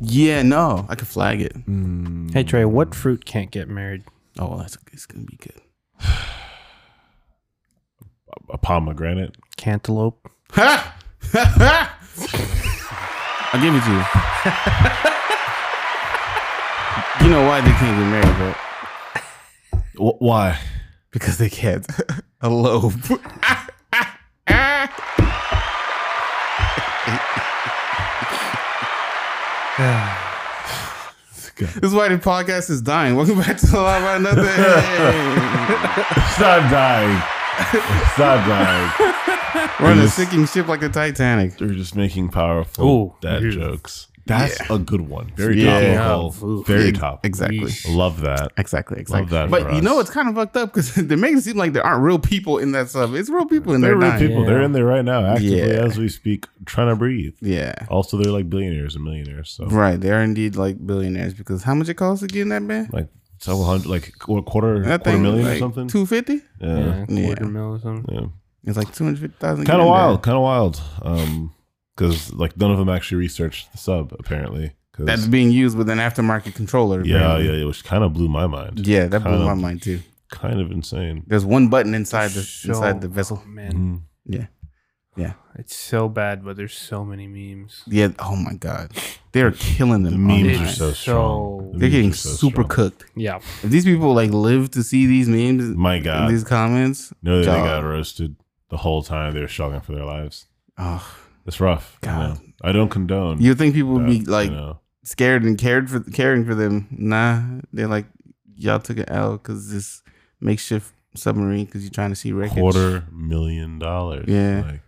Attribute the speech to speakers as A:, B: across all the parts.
A: Yeah, no, I could flag it.
B: Hey Trey, what fruit can't get married?
A: Oh, that's it's gonna be good.
C: A pomegranate.
B: Cantaloupe.
A: Ha! I give it to you. you know why they can't get married, bro?
C: Wh- why?
A: Because they can't elope. This is why the podcast is dying. Welcome back to the Live by Nothing.
C: Stop dying. Stop dying.
A: We're on a sinking ship like the Titanic.
C: They're just making powerful
B: Ooh.
C: dad
B: Yeah.
C: jokes. That's a good one. Very
A: Yeah.
C: topical.
B: Yeah.
C: Very
A: Ex-
C: topical.
A: Exactly.
C: Love that.
A: Exactly, exactly.
C: that
A: but
C: for
A: you
C: us.
A: know, it's kind of fucked up because they make it seem like there aren't real people in that stuff. It's real people in
C: They're
A: there.
C: real
A: dying.
C: people. They're
B: Yeah.
C: in there right now, actively
A: Yeah.
C: as we speak, trying to breathe.
A: Yeah.
C: Also, they're like billionaires and millionaires. So
A: Right. They are indeed like billionaires because how much it costs to get in that man?
C: like several hundred, like qu- quarter,
A: That
C: quarter million or
A: like,
C: something.
A: Two fifty.
C: Uh, yeah.
B: yeah.
A: Yeah.
B: Quarter mil or something.
C: yeah.
A: It's like two hundred fifty thousand.
C: kind of wild kind of wild um because like none of them actually researched the sub apparently 'Cause-
A: That's being used with an aftermarket controller.
C: yeah
A: apparently.
C: yeah which kind of blew my mind
A: Yeah, that blew
C: Kinda.
A: my mind too.
C: kind of insane
A: There's one button inside the
B: So-
A: inside the vessel.
B: oh, man,
C: Mhm.
A: Yeah.
B: it's so bad, but there's so many memes.
A: Yeah. Oh my god. They're killing them.
C: the memes are
B: It's
C: so
B: so-
C: strong
A: They're
C: The memes
A: getting
C: are so
A: super
C: strong.
A: cooked.
B: Yeah.
A: If these people like live to see these memes,
C: my
A: and
C: god
A: these comments,
C: no they
A: Dog.
C: got roasted the whole time they were struggling for their lives
A: oh,
C: it's rough you
A: God.
C: know. i don't condone
A: you think people would be
C: that,
A: like
C: you know.
A: scared and cared for caring for them. Nah, they're like, y'all took an L because this makeshift submarine because you're trying to see wreckage.
C: quarter million dollars
A: Yeah.
C: like,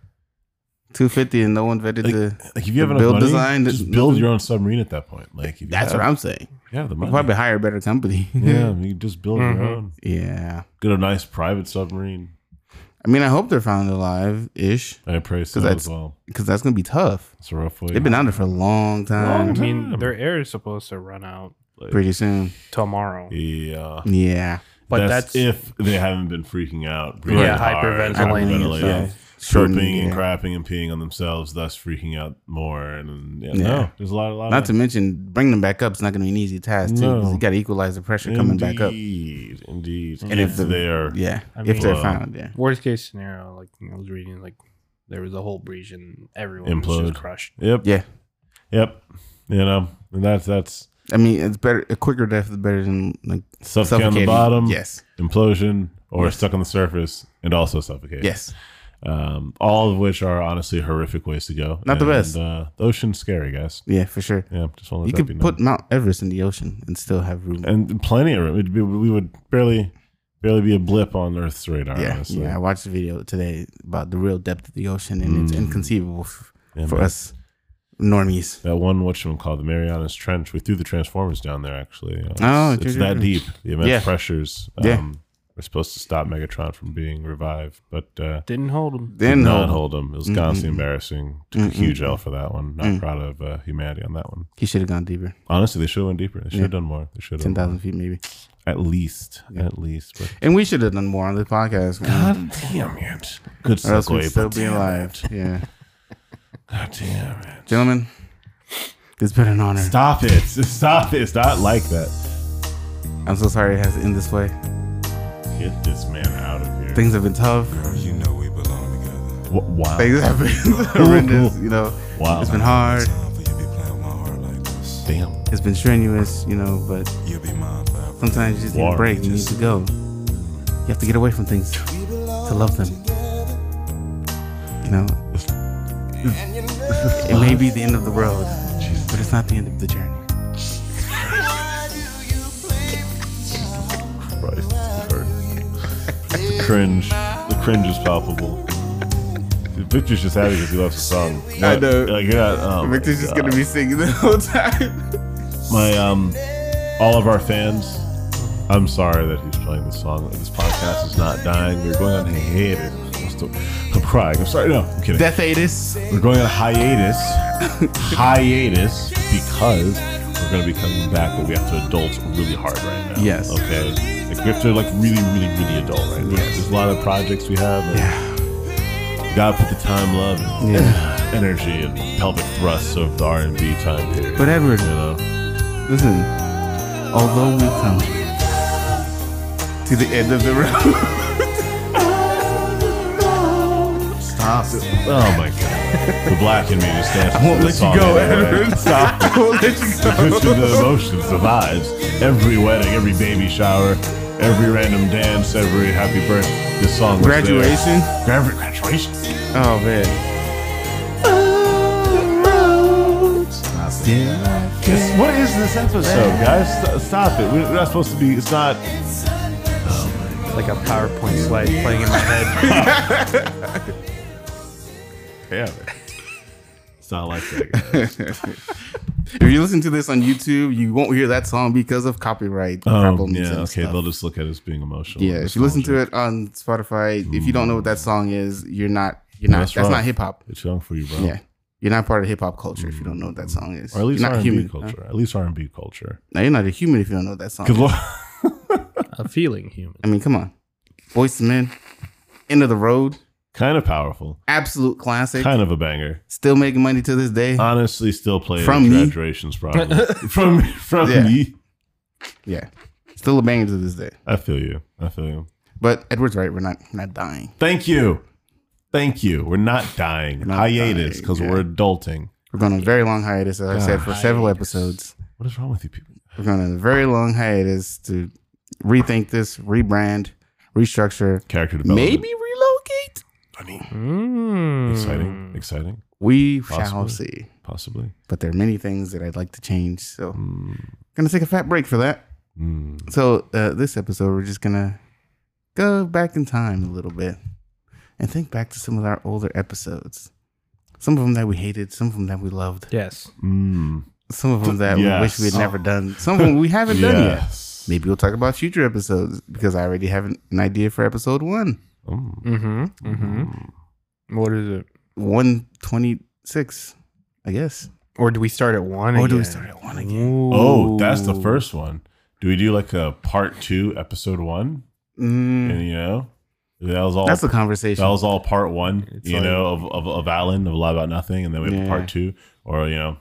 A: two fifty, and no one vetted
C: Like,
A: the.
C: like, if you have
A: The
C: enough
A: build
C: money
A: design,
C: just
A: the-
C: build your own submarine at that point like if you
A: That's
C: have,
A: what I'm saying.
C: if you have the
A: You
C: money
A: probably Mm-hmm. hire a better company.
C: yeah you just build your
B: Mhm.
C: own
A: yeah.
C: get a nice private submarine
A: I mean, I hope they're found alive ish
C: I pray so
A: that's-
C: as well.
A: because that's gonna be tough.
C: It's a rough way.
A: They've been out there for a long time.
C: Long
B: I mean,
C: time.
B: their air is supposed to run out
A: Uh, Pretty soon.
B: tomorrow.
C: Yeah,
A: Yeah.
B: But
C: that's,
B: that's-
C: if they haven't been freaking out,
B: Yeah,
C: hard,
B: hyperventilating and
C: hyperventilating,
A: stuff.
C: Burping and
A: Yeah.
C: crapping and peeing on themselves, thus freaking out more. And yeah,
A: Yeah.
C: no, there's a lot, a lot.
A: Not to mention, bringing them back up is not going to be an easy task, too. 'cause
C: No.
A: You got to equalize the pressure
C: indeed,
A: coming back up.
C: Indeed, indeed.
A: And if
C: if
A: the-
C: they are,
A: Yeah.
B: I
A: if
B: mean-
A: they're
C: Wow.
A: found, yeah.
B: Worst case scenario, like I was reading, like there was a whole breach and everyone was
C: Implode.
B: just crushed.
C: yep,
A: Yeah.
C: yep, you know, and that's that's
A: I mean, it's better. A quicker death is better than like
C: suffocate on
A: suffocating.
C: the bottom,
A: Yes,
C: implosion, or
A: Yes.
C: stuck on the surface and also suffocate.
A: yes.
C: um, all of which are honestly horrific ways to go.
A: Not the best.
C: Uh, the ocean's scary, guys.
A: Yeah, for sure.
C: Yeah, just want to
A: You
C: let that be
A: could
C: known.
A: put Mount Everest in the ocean and still have room.
C: and plenty of room. It'd be, we would barely, barely be a blip on Earth's radar.
A: yeah,
C: honestly.
A: yeah. I watched a video today about the real depth of the ocean, and it's
C: Mm.
A: inconceivable f-
C: Yeah,
A: for
C: man.
A: us normies.
C: That one, what you call the Marianas Trench. We threw the transformers down there. Actually, You know, it's,
A: Oh,
C: it's
A: true,
C: that
A: true.
C: deep. The immense
A: Yeah.
C: pressures. Um,
A: Yeah.
C: We're supposed to stop Megatron from being revived, but uh,
B: Didn't hold them.
A: Then oh,
C: not
A: no,
C: hold him. It was constantly
A: Mm-mm.
C: embarrassing. Took a
A: Mm-mm.
C: huge L for that one. Not
A: Mm.
C: proud of uh, humanity on that one.
A: he should have gone deeper,
C: Honestly, they should have went deeper. They should
A: Yeah.
C: have done more. They should
A: ten
C: have
A: thousand feet maybe.
C: at least,
A: Yeah.
C: at least. But
A: And we should have done more on this podcast, man,
C: God damn it! Good
A: or else we'd
C: segue,
A: still
C: but
A: be
C: damn
A: alive.
C: it.
A: Yeah,
C: God damn it!
A: gentlemen, it's been an honor.
C: Stop it! Stop it! It's not like that.
A: I'm so sorry it has to end this way.
C: Get this man out of here.
A: Things have been tough.
D: You know we belong together.
C: Wh- wow!
A: Things have been horrendous. You know,
C: Wow!
A: it's been hard.
D: Time for you be playing with my heart like this.
C: damn.
A: It's been strenuous, you know, but
D: You'll be mine forever.
A: sometimes you just need
C: War.
A: a break. You need to go. You have to get away from things to love them. You know, it may be the end of the world, but it's not the end of the journey.
C: Christ, it's hard. the cringe. The cringe is palpable. Victor's just happy because he loves the song.
A: I
C: What?
A: know.
C: Like, yeah, oh my
A: Victor's just
C: God.
A: gonna be singing the whole time.
C: my um all of our fans i'm sorry that he's playing this song this podcast is not dying we're going on hiatus What's the- i'm crying i'm sorry no i'm kidding
A: Death Atis.
C: we're going on hiatus hiatus because we're going to be coming back but we have to adult really hard right now
A: Yes.
C: okay like we have to like really really really adult right now
A: Yes.
C: there's a lot of projects we have and
A: Yeah.
C: God put the time, love, and
A: Yeah.
C: energy, and pelvic thrusts of the R and B time period.
A: But Edward-
C: you know,
A: Listen, although we come to the end of the road, stop. it.
C: oh my God, the black in me just dances.
A: I won't let
C: to this
A: you
C: song
A: go,
C: anyway.
A: Edward. Stop. I won't let you go.
C: Puts you to the emotions, the vibes. Every wedding, every baby shower, every random dance, every happy birthday. This song was there.
A: Graduation.
C: Gra- graduation.
A: Oh man.
C: Yes. What is this episode, guys? St- Stop it. We're we're not supposed to be. It's not.
B: Like a PowerPoint slide playing in my head.
C: Damn. It's not like that. guys.
A: If you listen to this on YouTube, you won't hear that song because of copyright
C: Um,
A: problems.
C: yeah.
A: and
C: Okay.
A: stuff.
C: They'll just look at us being emotional.
A: Yeah, if you listen to it on Spotify, if you don't know what that song is, you're not you're not
C: That's
A: that's,
C: rough.
A: not hip hop.
C: It's young for you, bro.
A: Yeah. You're not part of hip hop culture if you don't know what that song is.
C: Or at least
A: you're not
C: R&B
A: human.
C: culture. At least R&B culture.
A: No, you're not a human if you don't know what that song.
C: Because
A: is.
B: a feeling human.
A: I mean, come on. Voice to Men, End of the Road,
C: kind of powerful.
A: absolute classic.
C: Kind of a banger.
A: Still making money to this day.
C: Honestly, still played
A: From
C: at
A: me?
C: graduations probably. from from
A: Yeah.
C: me.
A: yeah. Still a banger to this day.
C: I feel you. I feel you.
A: But Edward's right, we're not we're not dying.
C: Thank you. Thank you. We're not dying.
A: not
C: Hiatus
A: dying,
C: because
A: yeah.
C: we're adulting.
A: We're going on a very long hiatus, as I said, for several
B: Hiatus.
A: episodes.
C: What is wrong with you people?
A: We're going on a very long hiatus to rethink this, rebrand, restructure,
C: Character development.
A: maybe relocate.
C: I mean,
B: Mm.
A: Hmm.
C: exciting. Exciting.
A: We shall
C: Possibly.
A: see.
C: Possibly.
A: But there are many things that I'd like to change. So I'm
C: Mm,
A: going to take a fat break for that.
C: mm.
A: So uh, this episode, we're just gonna go back in time a little bit and think back to some of our older episodes. Some of them that we hated, some of them that we loved,
B: Yes.
A: Hmm.
C: Mm.
A: some of them that we wish we
C: Yes.
A: had never done, some of them we haven't done yet.
C: Yes.
A: Maybe we'll talk about future episodes because I already have an an idea for episode one,
C: Mm.
B: Mm-hmm. Mm-hmm.
C: Mm.
B: What is it?
A: one twenty six, I guess.
B: Or do we start at one?
A: Or
B: again?
A: do we start at one again?
C: Oh, that's the first one. Do we do like a part two, episode one?
A: Mm,
C: And you know, that was all.
A: that's a
C: that
A: conversation.
C: was all part one.
B: It's
C: you
B: like-
C: know, of, of of Alan of a lot about nothing, and then we have
A: Yeah.
C: part two, or you know,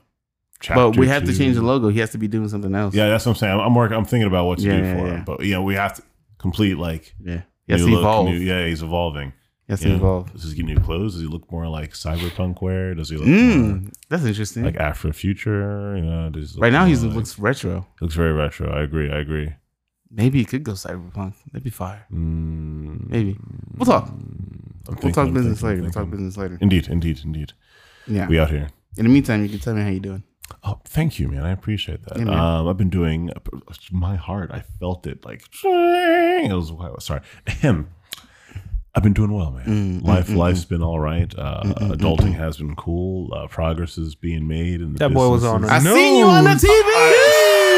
C: chapter.
A: But we have to
C: two.
A: change the logo. He has to be doing something else.
C: Yeah, that's what I'm saying. I'm, I'm working. I'm thinking about what to do
A: Yeah,
C: for
A: yeah,
C: him.
A: yeah.
C: But you know, we have to complete like
A: yeah. He has
C: new
A: to
C: look,
A: evolve.
C: new- yeah, he's evolving.
A: He has
C: you
A: to
C: know?
A: evolve.
C: Does he get new clothes? Does he look more like cyberpunk wear? Does he look more
A: Mm, that's interesting.
C: like Afro Future? You know, does he look
A: Right now,
C: more
A: he
C: like-
A: looks retro.
C: looks very retro. I agree. I agree.
A: Maybe he could go cyberpunk. That'd be fire.
C: Mm,
A: Maybe we'll talk.
C: I'm
A: We'll
C: thinking,
A: talk
C: I'm
A: business
C: thinking, I'm
A: later. We'll talk
C: thinking.
A: business later.
C: Indeed, indeed, indeed.
A: Yeah.
C: We out here.
A: In the meantime, you can tell me how you doing.
C: Oh, thank you, man. I appreciate that.
A: Yeah, man.
C: um, I've been doing my heart. I felt it like it was sorry. Him. I've been doing well, man.
A: Mm, mm,
C: Life,
A: mm,
C: life's been all right. Uh,
A: mm,
C: adulting has been cool. Uh, progress is being made. And
B: That boy was on
A: I
B: I
A: seen you on the TV.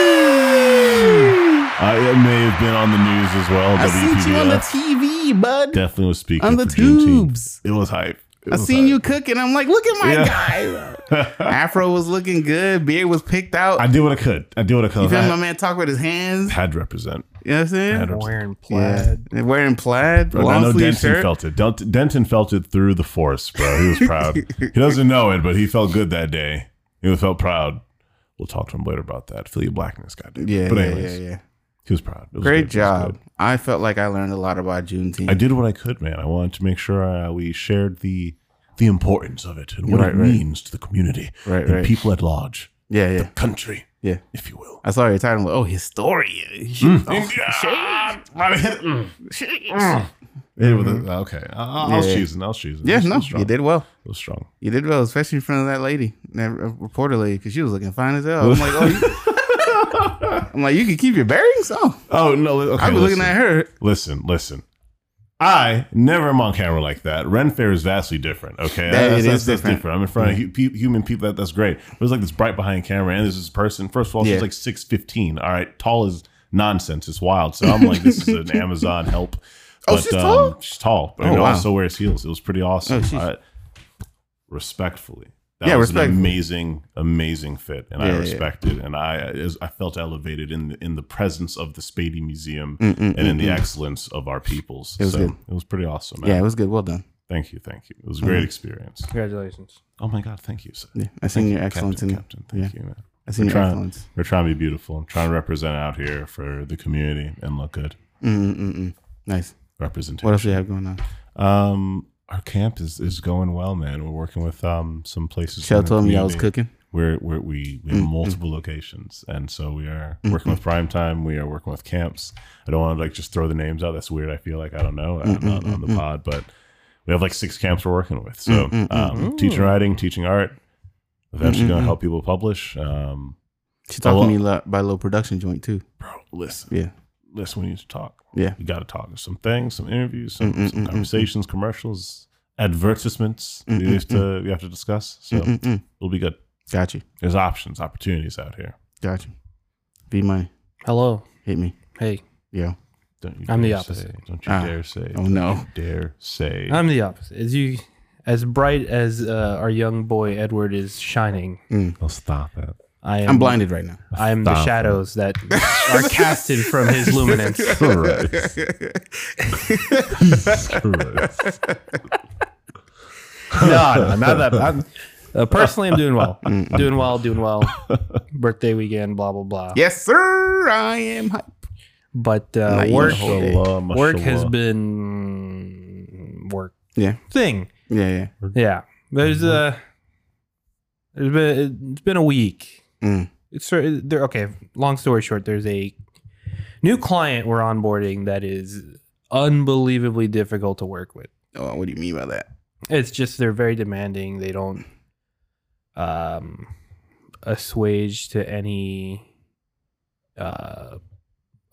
C: I it may have been on the news as well.
A: I seen you on the
C: WPBF
A: TV, bud.
C: definitely was speaking
A: On the
C: for Juneteenth.
A: tubes.
C: It was hype. It
A: I
C: was
A: seen
C: hype.
A: you cooking. I'm like, look at my
C: Yeah.
A: guy. Afro was looking good. Beard was picked out.
C: I did what I could. I did what I could.
A: you feel
C: I
A: my man talk with his hands?
C: had to represent.
A: You know what I'm saying?
C: Had-
B: Wearing
A: Yeah.
B: plaid.
A: And Wearing plaid,
C: Bro, I
A: long
C: know
A: sleeve
C: Denton
A: shirt.
C: felt it. Dent- Denton felt it through the force, bro. He was proud. he doesn't know it, but he felt good that day. He felt proud. We'll talk to him later about that. Feel your blackness, goddamn.
A: yeah,
C: but
A: yeah,
C: anyways,
A: yeah, yeah.
C: he was proud. It was
A: Great
C: good. It was
A: job.
C: good.
A: I felt like I learned a lot about Juneteenth.
C: I did what I could, man. I wanted to make sure uh, we shared the the importance of it and what
A: Right,
C: it
A: right.
C: means to the community
A: Right,
C: and
A: right.
C: people at large,
A: Yeah, yeah,
C: country,
A: yeah.
C: if you will.
A: I saw your title. I'm like, oh, historian.
C: Mm. Yeah.
B: Mm.
C: Yeah, with the- uh, okay, I- I, I was
A: Mm-hmm. Yeah.
C: choosing. I was choosing.
A: Yeah,
C: It was- it
A: no,
C: was strong.
A: you did well.
C: It was strong.
A: You did well, especially in front of that lady, that r- reporter lady, because she was looking fine as hell. I'm like, oh, you, I'm like, you can keep your bearings. Oh,
C: Oh no! Okay,
A: I was
C: listen.
A: looking at her.
C: Listen, listen. I never am on camera like that. Ren Fair is vastly different. Okay,
A: That- it is different.
C: I'm in front of hu- pe- human people. That, that's great. There's like this bright behind camera, and there's this person. First of all,
A: Yeah.
C: she's like six fifteen. All right, tall is nonsense. It's wild. So I'm like, this is an Amazon help. um,
A: Oh, she's tall?
C: She's tall, but
A: Oh,
C: it
A: wow.
C: also wears heels. It was pretty awesome.
A: Oh, she's-
C: I- respectfully, that
A: Yeah,
C: was an
A: respectfully.
C: amazing, amazing fit, and
A: Yeah,
C: I
A: yeah, yeah.
C: respected, and I as- I felt elevated in the, in the presence of the Spady Museum
A: Mm, mm,
C: and in
A: mm,
C: the
A: mm.
C: excellence of our peoples.
A: It was
C: so
A: good.
C: it was pretty awesome. Man.
A: Yeah, Mm-hmm. it was good. Well done.
C: Thank you, thank you. It was a great experience.
B: Congratulations.
C: Oh my God, thank you. Sir.
A: Yeah, I seen
C: Thank
A: your
C: you,
A: excellence
C: Captain,
A: in
C: Captain. Thank
A: yeah.
C: you, man.
A: I seen your
C: We're trying-
A: excellence.
C: We're trying to be beautiful. I'm trying to represent out here for the community and look good.
A: Mm, mm, mm. Nice. What
C: Representation.
A: else do you have going on?
C: Um, our camp is, is going well, man. We're working with um some places.
A: Shell
C: in the
A: told me I was
C: community.
A: cooking.
C: we're, we're we, we have
A: Mm-hmm.
C: multiple locations and so we are working with prime time we are working with camps i don't want to like just throw the names out that's weird i feel like i don't know i'm not
A: Mm-hmm.
C: on the pod but we have like six camps we're working with so
A: Mm-hmm.
C: um, teaching writing teaching art eventually
A: Mm-hmm.
C: going to help people publish um,
A: She talked
C: well-
A: to me lo- by low production joint too.
C: bro listen
A: Yeah.
C: listen we need to talk
A: Yeah. Mm-hmm.
C: we got to talk some things some interviews some, some conversations commercials advertisements
A: Mm-hmm.
C: we have to we have to discuss so
A: Mm-mm.
C: it'll be good
A: Got you.
C: there's options opportunities out here
A: Got you. Be money.
B: Hello.
A: Hit me.
B: Hey,
A: Yo.
C: Don't you
B: I'm the
C: dare
B: opposite.
C: say. Don't you
A: Ah.
C: dare say.
A: Oh no.
C: Dare say.
B: I'm the opposite. As you, as bright as uh, our young boy Edward is shining,
C: oh, stop it.
B: I am.
A: I'm blinded right now.
B: I'm the
C: Stop.
B: shadows that are casted from his luminance.
C: Christ. Christ.
B: no, no, not that bad. Uh, personally, I'm doing well. doing well, doing well. Birthday weekend, blah, blah, blah.
A: Yes, sir. I am hype.
B: But uh,
A: Not even
B: work,
A: a whole day.
C: Mashallah,
B: work has
C: mashallah.
B: been work
A: Yeah.
B: thing.
A: Yeah. Yeah.
B: Yeah. There's uh there's been, it's been a week.
A: Mm.
B: It's sort of- there. Okay. Long story short, there's a new client we're onboarding that is unbelievably difficult to work with.
A: Oh, what do you mean by that?
B: It's just they're very demanding. They don't um assuage to any uh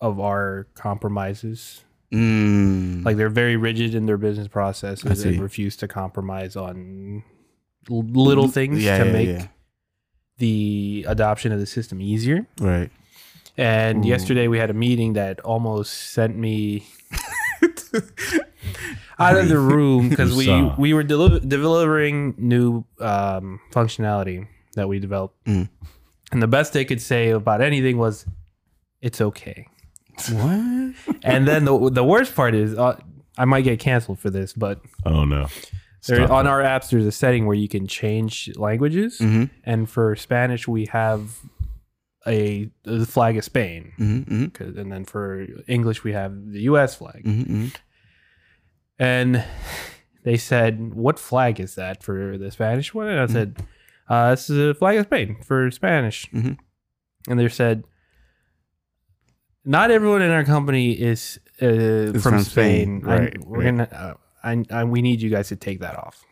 B: of our compromises.
A: Mm.
B: Like they're very rigid in their business
A: I
B: processes
A: see.
B: and refuse to compromise on l- little things
A: Mm-hmm. Yeah,
B: to
A: yeah,
B: make
A: yeah.
B: the adoption of the system easier.
A: right.
B: And yesterday we had a meeting that almost sent me out of the room because we
C: Huzzah.
B: we were deli- delivering new um, functionality that we developed,
A: Mm.
B: and the best they could say about anything was, "It's okay."
A: what?
B: and then the the worst part is, uh, I might get canceled for this, but
C: Oh, no.
B: there,
C: Stop
B: on
C: it.
B: our apps there's a setting where you can change languages,
A: Mhm.
B: and for Spanish we have a, the flag of Spain,
A: Mm-hmm.
B: 'Cause- and then for English we have the U.S. flag.
A: Mm-hmm.
B: and they said, "What flag is that for the Spanish one?" And I said, uh, "This is a flag of Spain for Spanish."
A: Mhm.
B: And they said, "Not everyone in our company is uh, from,
A: from Spain,
B: Spain. I-
A: right,
B: we're
A: right.
B: gonna, uh, I, I, we need you guys to take that off."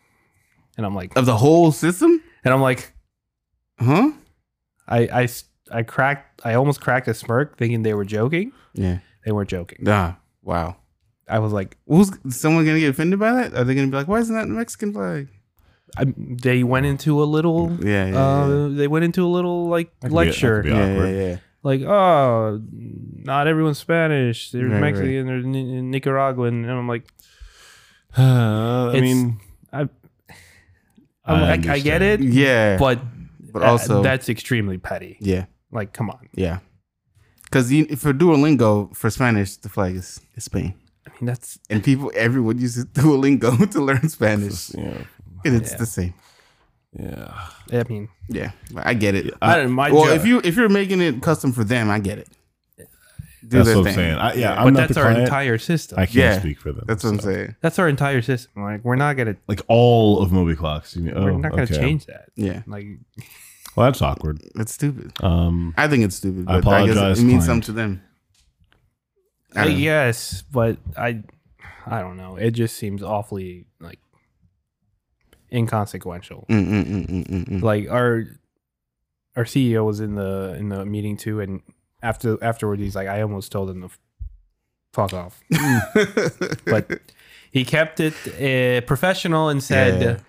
B: And I'm like,
A: Of the whole system?
B: and I'm like,
A: Huh?
B: I, I, s- I cracked, I almost cracked a smirk, thinking they were joking.
A: Yeah.
B: They weren't joking.
A: Ah. Wow.
B: I was like,
A: Who's someone gonna get offended by that? Are they gonna be like, why isn't that the Mexican flag?
B: I, they went into a little.
A: Yeah. Yeah. yeah.
B: Uh, they went into a little like
C: That could be- that could
B: lecture.
C: be
A: yeah,
C: awkward.
A: yeah, yeah.
B: like oh not everyone's spanish there's
A: Right,
B: mexican there's Ni- nicaraguan and i'm like
C: Uh, I
B: It's-
C: mean,
B: i I'm like, I, get
C: understand.
B: it
A: Yeah,
B: but
A: but
B: uh,
A: also
B: that's extremely petty
A: yeah,
B: like come on
A: yeah. Because for Duolingo for Spanish, the flag is, is Spain,
B: i mean that's
A: and people everyone uses Duolingo to learn Spanish,
C: Yeah.
A: and it's
B: Yeah.
A: the same.
C: Yeah.
B: i mean
A: Yeah, but I get it.
B: I don't- my
A: well,
B: jo-
A: if you if you're making it custom for them, I get it. Do
C: That's
A: their
C: what I'm
A: thing.
C: saying. I, yeah,
B: but
C: I'm not
B: that's
C: the
B: our
C: client.
B: entire system
C: I can't
A: Yeah.
C: speak for them.
A: That's what I'm
C: so.
A: saying.
B: that's our entire system like we're not gonna
C: Like all of Moby Clocks. You mean, oh,
B: we're not gonna
C: okay.
B: change that
A: Yeah,
B: like
C: Well, that's awkward.
A: it's stupid.
C: Um,
A: I think it's stupid.
C: I
A: But I, guess
C: apologize,
A: it means
C: client.
A: something to them. I
B: i
A: don't know.
B: guess but i i don't know it just seems awfully like inconsequential
A: Mm, mm, mm, mm, mm, mm.
B: like our our CEO was in the in the meeting too, and after afterwards he's like, I almost told him to f- fuck off, but he kept it uh, professional and said,
A: Yeah.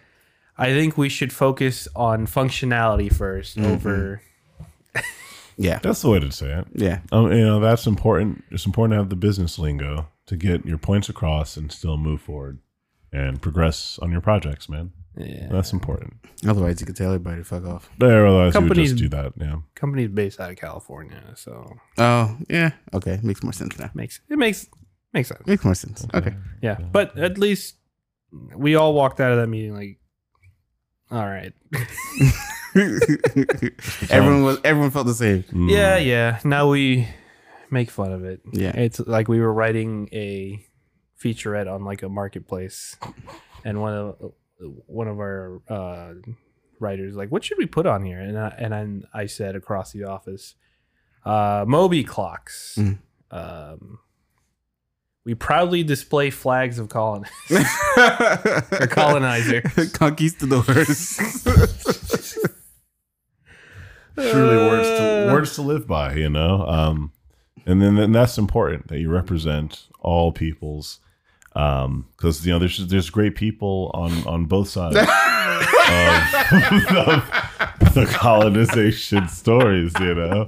B: I think we should focus on functionality 1st
A: Mm-hmm.
B: over.
A: yeah,
C: that's the way to say it.
A: yeah.
C: Um, you know that's important. It's important to have the business lingo to get your points across and still move forward and progress on your projects, man.
B: Yeah.
C: That's important.
A: Otherwise, you could tell everybody to fuck off.
C: But otherwise, you would
B: Companies-
C: just do that. Yeah,
B: Company's based out of California, so
A: Oh, yeah. Okay. Makes more sense now.
B: makes it makes makes sense.
A: Makes more sense. Okay.
B: Yeah, but at least we all walked out of that meeting like, all right,
A: everyone was everyone felt the same.
C: Mm.
B: yeah, yeah. Now we make fun of it.
A: Yeah.
B: it's like we were writing a featurette on like a marketplace, and one of one of our uh, writers like, what should we put on here? And I, and I, I said across the office, uh, Moby clocks.
A: Mm.
B: Um, we proudly display flags of colon or colonizer.
A: Conquistadors.
C: truly words to,
B: Uh,
C: words to live by, you know. Um, and then and that's important that you represent all peoples, um, because you know there's there's great people on on both sides of, of the colonization stories, you know,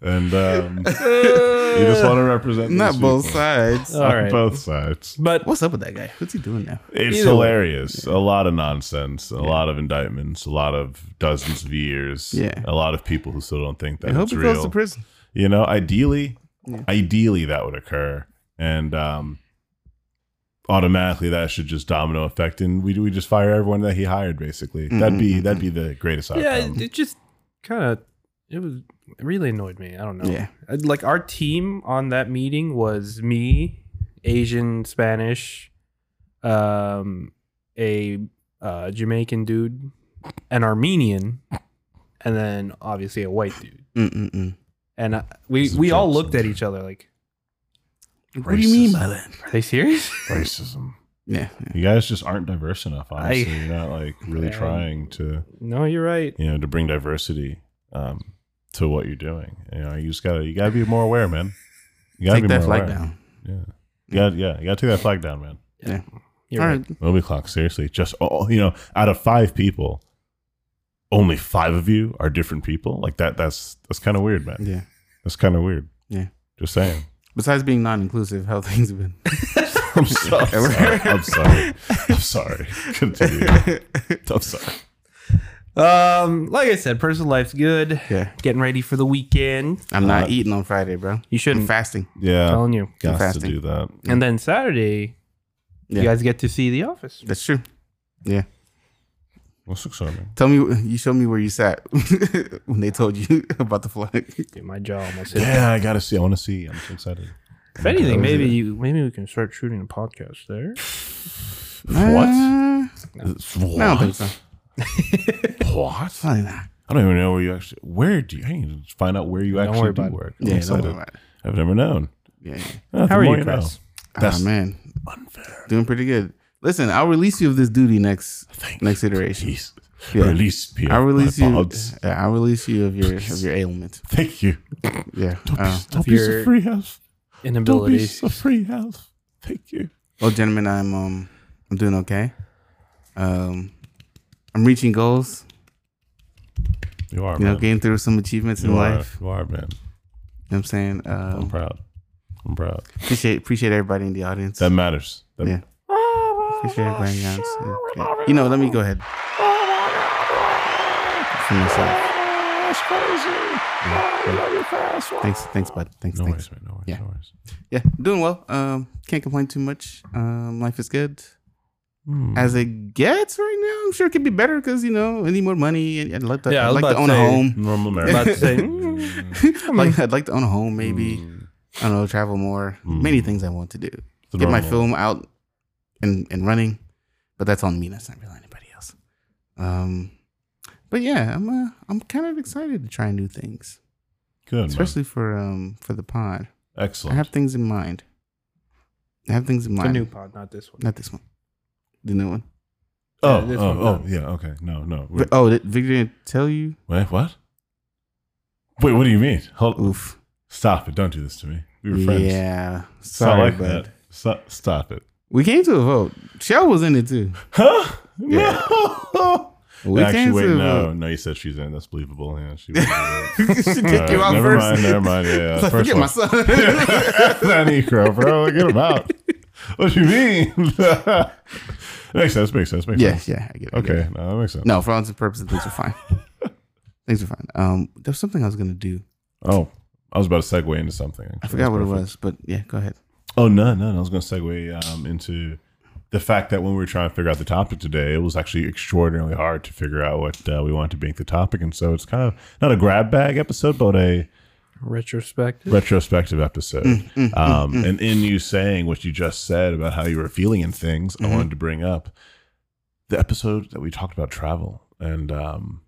C: and um, you just want to represent
A: Not
C: these
A: both
C: people.
A: sides.
B: All
C: on
B: right.
C: both sides.
B: But
A: Uh, What's up with that guy? What's he doing now?
C: It's
B: Either way.
C: hilarious. A lot of nonsense, a lot of indictments, a lot of dozens of years.
A: Yeah.
C: a lot of people who still don't think that
A: I hope
C: it's
A: he
C: real.
A: goes to prison.
C: you know ideally
A: Yeah.
C: ideally that would occur and um automatically that should just domino effect and we we just fire everyone that he hired basically that'd be that'd be the greatest outcome
B: yeah, it, it just kind of it was it really annoyed me. I don't know.
A: Yeah.
B: Uh, like our team on that meeting was me, Asian, Spanish, um, a uh, Jamaican dude, an Armenian, and then obviously a white dude.
A: Mm-mm-mm.
B: And I, we
C: This is
B: we all
C: jokes
B: looked at each other like,
A: What do you mean by that?
B: "Are they serious?"
C: racism
A: Yeah.
C: you guys just aren't diverse enough
B: I-
C: honestly you're not like really
B: Um,
C: trying to
B: no, you're right.
C: you know to bring diversity um to what you're doing you know you just gotta you gotta be more aware man you gotta
A: Take
C: be
A: that
C: more
A: flag
C: aware.
A: down.
C: you gotta, yeah you gotta take that flag down man
B: You're
A: All
B: right.
A: right.
C: Moby Clock, seriously, just all you know, out of five people, only five of you are different people. Like that, that's that's kind of weird, man.
A: Yeah.
C: That's kind of weird.
A: Yeah.
C: Just saying.
A: Besides being non-inclusive, how things have been.
C: I'm, so, I'm sorry. I'm sorry. I'm sorry. Continue. I'm sorry.
B: Um, like I said, personal life's good.
A: Yeah.
B: Getting ready for the weekend.
A: I'm not
C: Uh,
A: eating on Friday, bro.
B: You
A: I'm
B: shouldn't.
A: fasting.
C: Yeah,
B: telling you.
A: I'm
C: got to
A: fasting.
C: do that.
B: And then Saturday,
A: Yeah.
B: you guys get to see The Office.
A: That's true.
C: What's exciting?
A: Tell me, you showed me where you sat when they told you about the flag.
B: Dude, my jaw almost hit.
C: Yeah, I gotta see. I want to see. I'm so excited.
B: If anything,
A: That was
B: maybe
A: it.
B: you maybe we can start shooting a podcast there.
C: What?
A: I don't think so.
C: What?
A: Probably not.
C: I don't even know where you actually. Where do you? I need to find out where you
B: Don't
C: actually
B: worry
C: do
B: about it.
C: work. I'm
A: Yeah, don't
C: excited.
A: worry about it.
C: I've never known.
A: Yeah, yeah.
C: Yeah, the
B: How are
C: more
B: you,
C: know.
B: Chris?
A: Ah, man. Doing pretty good. Listen, I'll release you of this duty next
C: Thank
A: next
C: you.
A: iteration.
C: Please.
A: Yeah.
C: Release me.
A: I'll release you.
C: Pods.
A: uh, I'll release you of your of your ailment.
C: Thank you.
A: Yeah.
C: Don't,
A: Uh,
C: be, don't
B: if
C: be so
B: you're-
C: free health. Don't be
B: Inability.
C: so free health. Thank you.
A: well, oh, gentlemen, I'm um I'm doing okay. Um, I'm reaching goals.
C: You are,
A: You know,
C: man.
A: getting through some achievements in
C: you, are,
A: life.
C: you are,
A: You
C: man.
A: know what I'm saying? Uh,
C: I'm proud. I'm proud.
A: appreciate appreciate everybody in the audience.
C: That matters. That,
A: yeah. Appreciate everybody in the audience. Yeah, yeah. You know, let me go ahead. For myself.
C: That's crazy. I love you, fast.
A: Thanks, thanks, bud. Thanks,
C: No
A: thanks.
C: worries, man. No worries.
A: Yeah.
C: No worries.
A: Yeah, doing well. Um, can't complain too much. Um, life is good
C: Hmm.
A: as it gets right now. I'm sure it could be better because you know I need more money. and I'd like to.
B: Yeah, I
A: I'd
B: was
A: like to
B: about
A: own
B: to
A: a
B: say-
A: home.
C: Normal marriage.
B: about to say,
A: like I'd like to own a home. Maybe
B: Hmm.
A: I don't know. Travel more.
C: Mm.
A: Many things I want to do. Get my film out and and running, but that's on me. That's not really on anybody else. Um, but yeah, I'm uh, I'm kind of excited to try new things,
C: Good. Especially
A: especially for um for the pod.
C: man.
A: I
C: excellent.
A: have things in mind. I have things in
B: the
A: mind.
B: new pod, not this one.
A: Not this one. The new one.
C: oh,
B: Yeah, this
C: oh,
B: one,
C: oh,
B: no.
C: yeah. Okay. No, no.
A: Vi-
C: Wait,
A: Oh, did Victor didn't tell you?
C: wait, what? Wait, what do you mean? Hold,
A: Oof.
C: Stop it. Don't do this to me. Oh, We were friends.
A: Yeah.
C: It's not
A: Sorry,
C: like
A: bud.
C: that. So, stop it.
A: We came to a vote. Shell was in it too.
C: Huh?
A: Yeah.
C: No.
A: We
C: Actually,
A: came
C: wait,
A: to a
C: no.
A: vote.
C: No, you said she's in. That's believable. Yeah, she was in it.
A: she took
C: Alright,
A: you out
C: never
A: first.
C: mind. Never mind. Yeah, yeah.
A: Like,
C: first
A: Forget
C: one.
A: my son.
C: that Necro, bro. Get him out. What you mean? makes sense. Makes sense. Makes
A: yeah,
C: sense.
A: yeah, I get it. I get it.
C: Okay. No, that makes sense.
A: No, for all intents and purposes, things are fine. things are fine. Um, there was something I was gonna do.
C: Oh, I was about to segue into something.
A: I
C: actually.
A: forgot
C: That's
A: what it
C: perfect.
A: was, but yeah, go ahead.
C: Oh no, no, no. I was going to segue um, into the fact that when we were trying to figure out the topic today, it was actually extraordinarily hard to figure out what uh, we wanted to make the topic, and so it's kind of not a grab bag episode, but a
A: Mm.
B: Retrospective.
C: retrospective episode. um, And in you saying what you just said about how you were feeling in things,
A: Mm-hmm.
C: I wanted to bring up the episode that we talked about travel and um,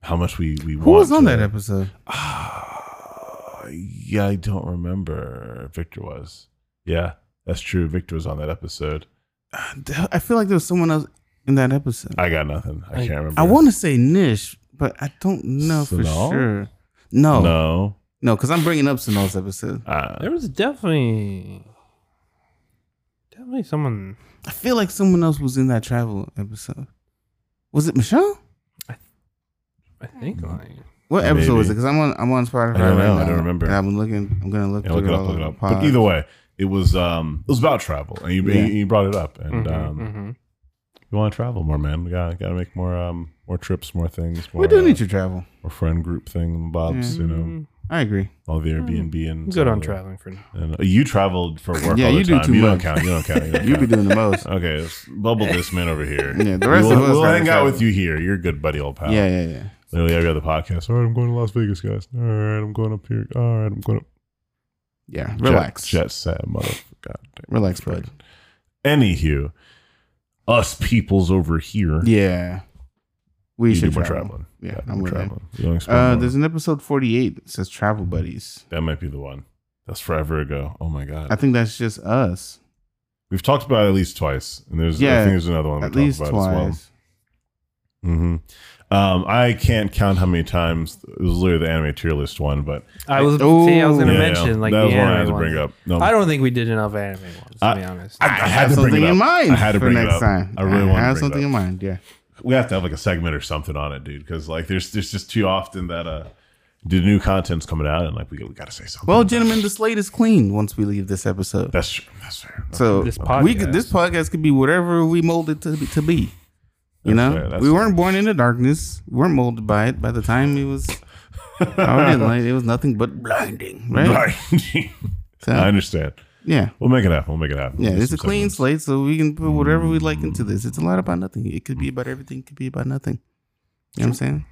C: how much we we
A: Who
C: want
A: was on
C: to-
A: that episode?
C: Ah, yeah, I don't remember. Victor was. Yeah, that's true. Victor was on that episode.
A: I feel like there was someone else in that episode. I,
C: I got nothing. I,
B: I-
C: can't remember.
A: want to say Nish, but I don't know for
C: Sanal?
A: sure. No, no,
C: No.
A: because I'm bringing up Sanal's episode.
C: Uh,
B: There was definitely, definitely someone.
A: I feel like someone else was in that travel episode. Was it Michelle?
B: I think
C: Mm-hmm.
B: like
A: What episode was it?
C: Maybe.
A: Because I'm on I'm on Spotify.
C: I don't
A: right
C: know. I
A: now,
C: don't remember.
A: and I'm looking. I'm gonna look.
C: yeah,
A: through
C: look it up.
A: all
C: Look it
A: of
C: up.
A: the
C: But
A: pods.
C: either way, it was um, it was about travel, and you
A: Yeah.
C: you brought it up, and
B: mhm,
C: um,
B: mhm.
C: we want to travel more, man. We got got to make more um, more trips, more things. More,
A: we do
C: uh,
A: need to travel.
C: more friend group thing, Bob's. You know,
B: Mm,
A: I agree.
C: all the Airbnb and
B: good on
C: uh,
B: traveling for now.
C: And uh, you traveled for work.
A: Yeah,
C: all the
A: you do
C: time.
A: too
C: you Don't
A: much.
C: count. You don't count. You don't
A: You be
C: count.
A: doing the most.
C: Okay, let's bubble this man over here.
A: Yeah, the rest
C: we'll,
A: of us
C: we'll
A: are
C: hang out
A: traveling.
C: with you here. You're a good buddy, old pal.
A: Yeah, yeah, yeah.
C: Literally every other podcast. All right, I'm going to Las Vegas, guys. All right, I'm going up here. All right, I'm going up.
A: Yeah,
C: Jet-
A: relax.
C: Jet, set, mother. God damn.
A: Relax, bud.
C: Anywho, us peoples over here.
A: Yeah, we
C: you
A: should
C: do more
A: travel.
C: traveling.
A: Yeah,
C: do
A: I'm
C: more
A: with that.
C: traveling. You don't explore
A: Uh,
C: more.
A: there's an episode 48 that says travel buddies.
C: that might be the one. That's forever ago. Oh my god.
A: I think that's just us.
C: We've talked about it at least twice, and there's I
A: Yeah,
C: think there's another one we
A: At
C: talked
A: least
C: about
A: twice.
C: as well. hmm Um, I can't count how many times it was literally the anime tier list one, but
B: I was
A: Oh.
B: see, I was gonna
A: Yeah,
B: mention like
C: that
B: the
C: was one I had
B: anime
C: to
B: ones.
C: bring up. No,
B: I don't think we did enough anime ones. To
C: I-
B: be honest,
C: I, I
A: I
C: had
A: have
C: to bring
A: something
C: it up.
A: in mind
C: I had to
A: for
C: bring it
A: next
C: up.
A: time.
C: I really want
A: have
C: to bring
A: something
C: it
A: in
C: up.
A: mind. Yeah,
C: We have to have like a segment or something on it, dude, because like there's there's just too often that uh, the new content's coming out, and like we we got to say something.
A: Well,
C: about
A: gentlemen,
C: it.
A: the slate is clean once we leave this episode.
C: that's true. That's fair.
A: so
B: This
A: we
B: podcast.
A: could, this podcast could be whatever we molded to be. To be. You
C: That's
A: know,
C: fair, that's
A: we weren't
C: fair.
A: born in the darkness. We weren't molded by it. By the time it was, our daylight, it was nothing but blinding, right?
C: Right.
A: So,
C: I understand.
A: yeah,
C: We'll make it happen. We'll make it happen.
A: yeah.
C: We'll do
A: It's a
C: some
A: clean
C: segments.
A: slate, so we can put whatever we like into this. It's a lot about nothing. It could be about everything. It could be about nothing. You know what I'm saying?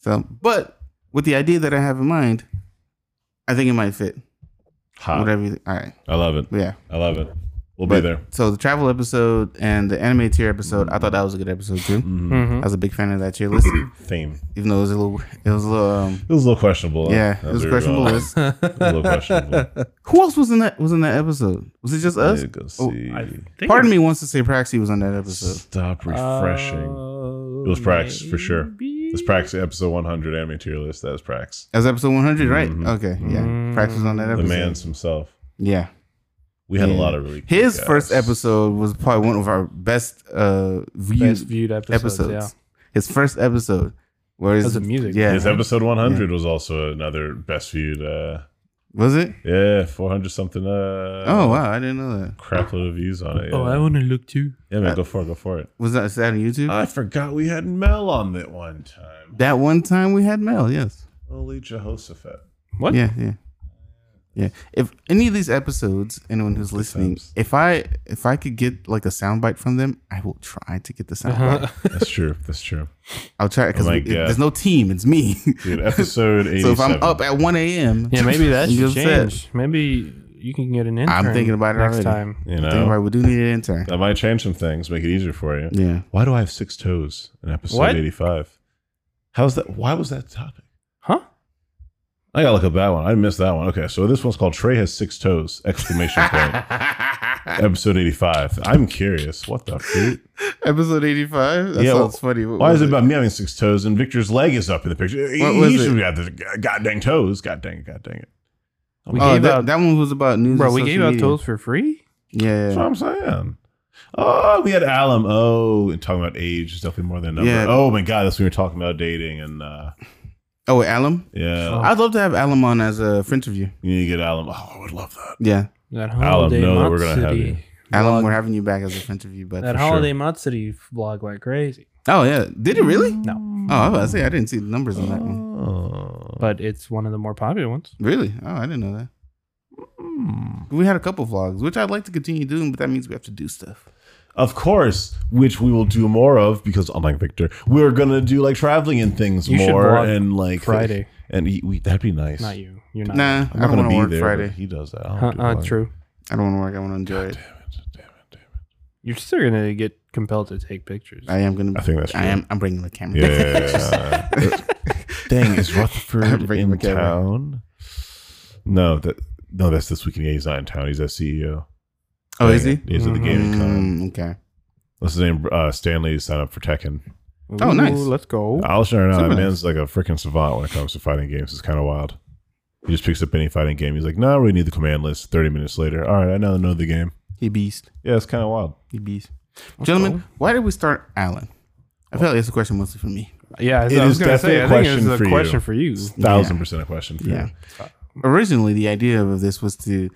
A: So, but with the idea that I have in mind, I think it might fit.
C: Hot.
A: Whatever. You, all right.
C: I love it.
A: Yeah.
C: I love it. We'll
A: But-
C: Uh, be there.
A: So the travel episode and the anime tier episode, I thought that was a good episode too.
C: Mm-hmm.
A: I
B: Mhm.
A: was a big fan of that tier list,
C: Theme.
A: even though it was a little, it was a little, um,
C: It was a little questionable. huh?
A: yeah, it was
C: As we
A: a
C: were
A: questionable
C: going.
A: list.
C: It was a little questionable.
A: Who else was in that? Was in that episode? Was it just us?
C: Let me go
A: Oh,
C: see.
A: Pardon me, wants to say Praxi was on that episode.
C: Stop refreshing.
B: Uh,
C: it was Prax for sure. It's Prax episode 100 anime tier list. That is Prax.
A: That was episode 100, right?
C: Mhm.
A: Okay, yeah. Prax was on that
C: The
A: episode.
C: man's himself.
A: Yeah.
C: We had a
A: Yeah.
C: lot of really good
A: His
C: guys.
A: first episode was probably one of our best uh viewed
B: Best viewed episodes.
A: episodes.
B: Yeah,
A: His first episode. Where
B: That
A: is
B: was the music.
A: Yeah.
C: His episode 100 was also another best viewed. Uh,
A: Was it?
C: yeah, 400 something. Uh,
A: Oh wow, I didn't know that.
C: crap load of views on it. Yeah,
B: want to look too.
C: yeah man, go for it. Go for it.
A: Was that, is that on YouTube?
C: I forgot we had Mel on that one time.
A: that one time we had Mel, yes.
C: Holy Jehoshaphat.
B: What?
A: Yeah, yeah. Yeah. If any of these episodes, anyone who's listening,
C: times.
A: if I if I could get like a soundbite from them, I will try to get the
B: Uh-huh.
A: soundbite.
C: That's true. That's true.
A: I'll try because
C: Oh my God.
A: there's no team, it's me.
C: Dude, episode 87.
A: so if I'm up at 1 a.m.,
B: Yeah, maybe that
A: You
B: should
A: just said-
B: change. Maybe you can get an intern.
A: I'm thinking about it
B: next
A: already.
B: time.
C: you
A: I think
C: know,
A: right, we do need an intern.
C: that might change some things, make it easier for you.
A: Yeah.
C: Why do I have six toes in episode
B: What?
C: 85? How's that? Why was that topic?
B: Huh?
C: I gotta look up that one. I missed that one. Okay, so this one's called Trey has six toes! Exclamation point. episode 85. I'm curious. What the freak?
A: Episode 85? That
C: Yeah, well,
A: sounds funny. What
C: Why
A: was
C: is it about me having six toes and Victor's leg is up in the picture? He-
A: What was
C: he
A: it?
C: should have got the god dang toes. God dang it. God dang it.
B: We
A: Oh,
B: gave
A: that,
B: out,
A: that one was about news.
B: bro.
A: and
B: We
A: social
B: gave out
A: media.
B: those for free.
A: Yeah.
C: That's what I'm saying. Oh, we had Alum. Oh, and talking about age is definitely more than a number.
A: Yeah.
C: Oh my god, that's when we were talking about dating and uh
A: Oh, wait, Alum?
C: yeah.
B: Oh.
A: I'd love to have Alum on as a French review.
C: You need to get Alum. Oh, I would love that.
A: Yeah.
B: That
C: I'll
B: holiday
C: know that
B: Mont
C: we're gonna have
B: City
C: you.
A: Alum,
B: vlog-
A: we're having you back as a French review, but
B: that holiday Mont City vlog went crazy.
A: Oh yeah. Did it really?
B: No.
A: Oh, I was about to say I didn't see the numbers on that one.
B: Uh.
C: Oh.
B: But it's one of the more popular ones.
A: Really? Oh, I didn't know that.
C: Hmm.
B: Oh.
A: We had a couple vlogs, which I'd like to continue doing, but that means we have to do stuff.
C: Of course, which we will do more of because unlike Victor, we're gonna do like traveling and things
B: You should
C: more
B: vlog
C: and like
B: Friday.
C: and he, we, that'd be nice.
B: Not you. You're not.
A: Nah,
C: I'm
A: I
C: not
A: don't
C: gonna
A: want
C: be
A: to work
C: there. but
A: Friday.
C: He does that. I'll
B: Huh,
C: do
B: uh,
C: vlog.
B: true.
A: I don't want to work. I want to enjoy it.
C: Damn it, damn it, damn it.
B: You're still gonna get compelled to take pictures.
A: I am gonna.
C: I think that's
A: I
C: true.
A: am. I'm bringing the camera.
C: Yeah. Dang, is Rutherford
A: Bring him
C: in
A: a camera.
C: town? No, that no, that's this weekend. Yeah, he's not in town. He's at CEO.
A: oh, is he?
C: Dang it. He's at the game. Con.
A: Mm, okay.
C: What's his name? Uh, Stanley signed up for Tekken.
A: Oh, nice.
B: Let's go.
C: I'll sure enough,
A: Super
C: that
A: nice.
C: uh, man's like a freaking savant when it comes to fighting games. It's kind of wild. He just picks up any fighting game. He's like, no, we need the command list. Thirty minutes later, all right, I now know the game.
A: He beast.
C: Yeah, it's kind of wild.
A: He beast. Gentlemen,
B: Okay.
A: why did we start Allen? I feel like it's a question mostly for me.
B: Yeah,
C: It
B: I was
C: is
B: gonna
C: definitely
B: say.
C: a
B: I think
C: question
B: it's a
C: for you.
B: question for you.
C: Thousand percent a question. For
A: Yeah.
C: You.
A: Originally, the idea of this was to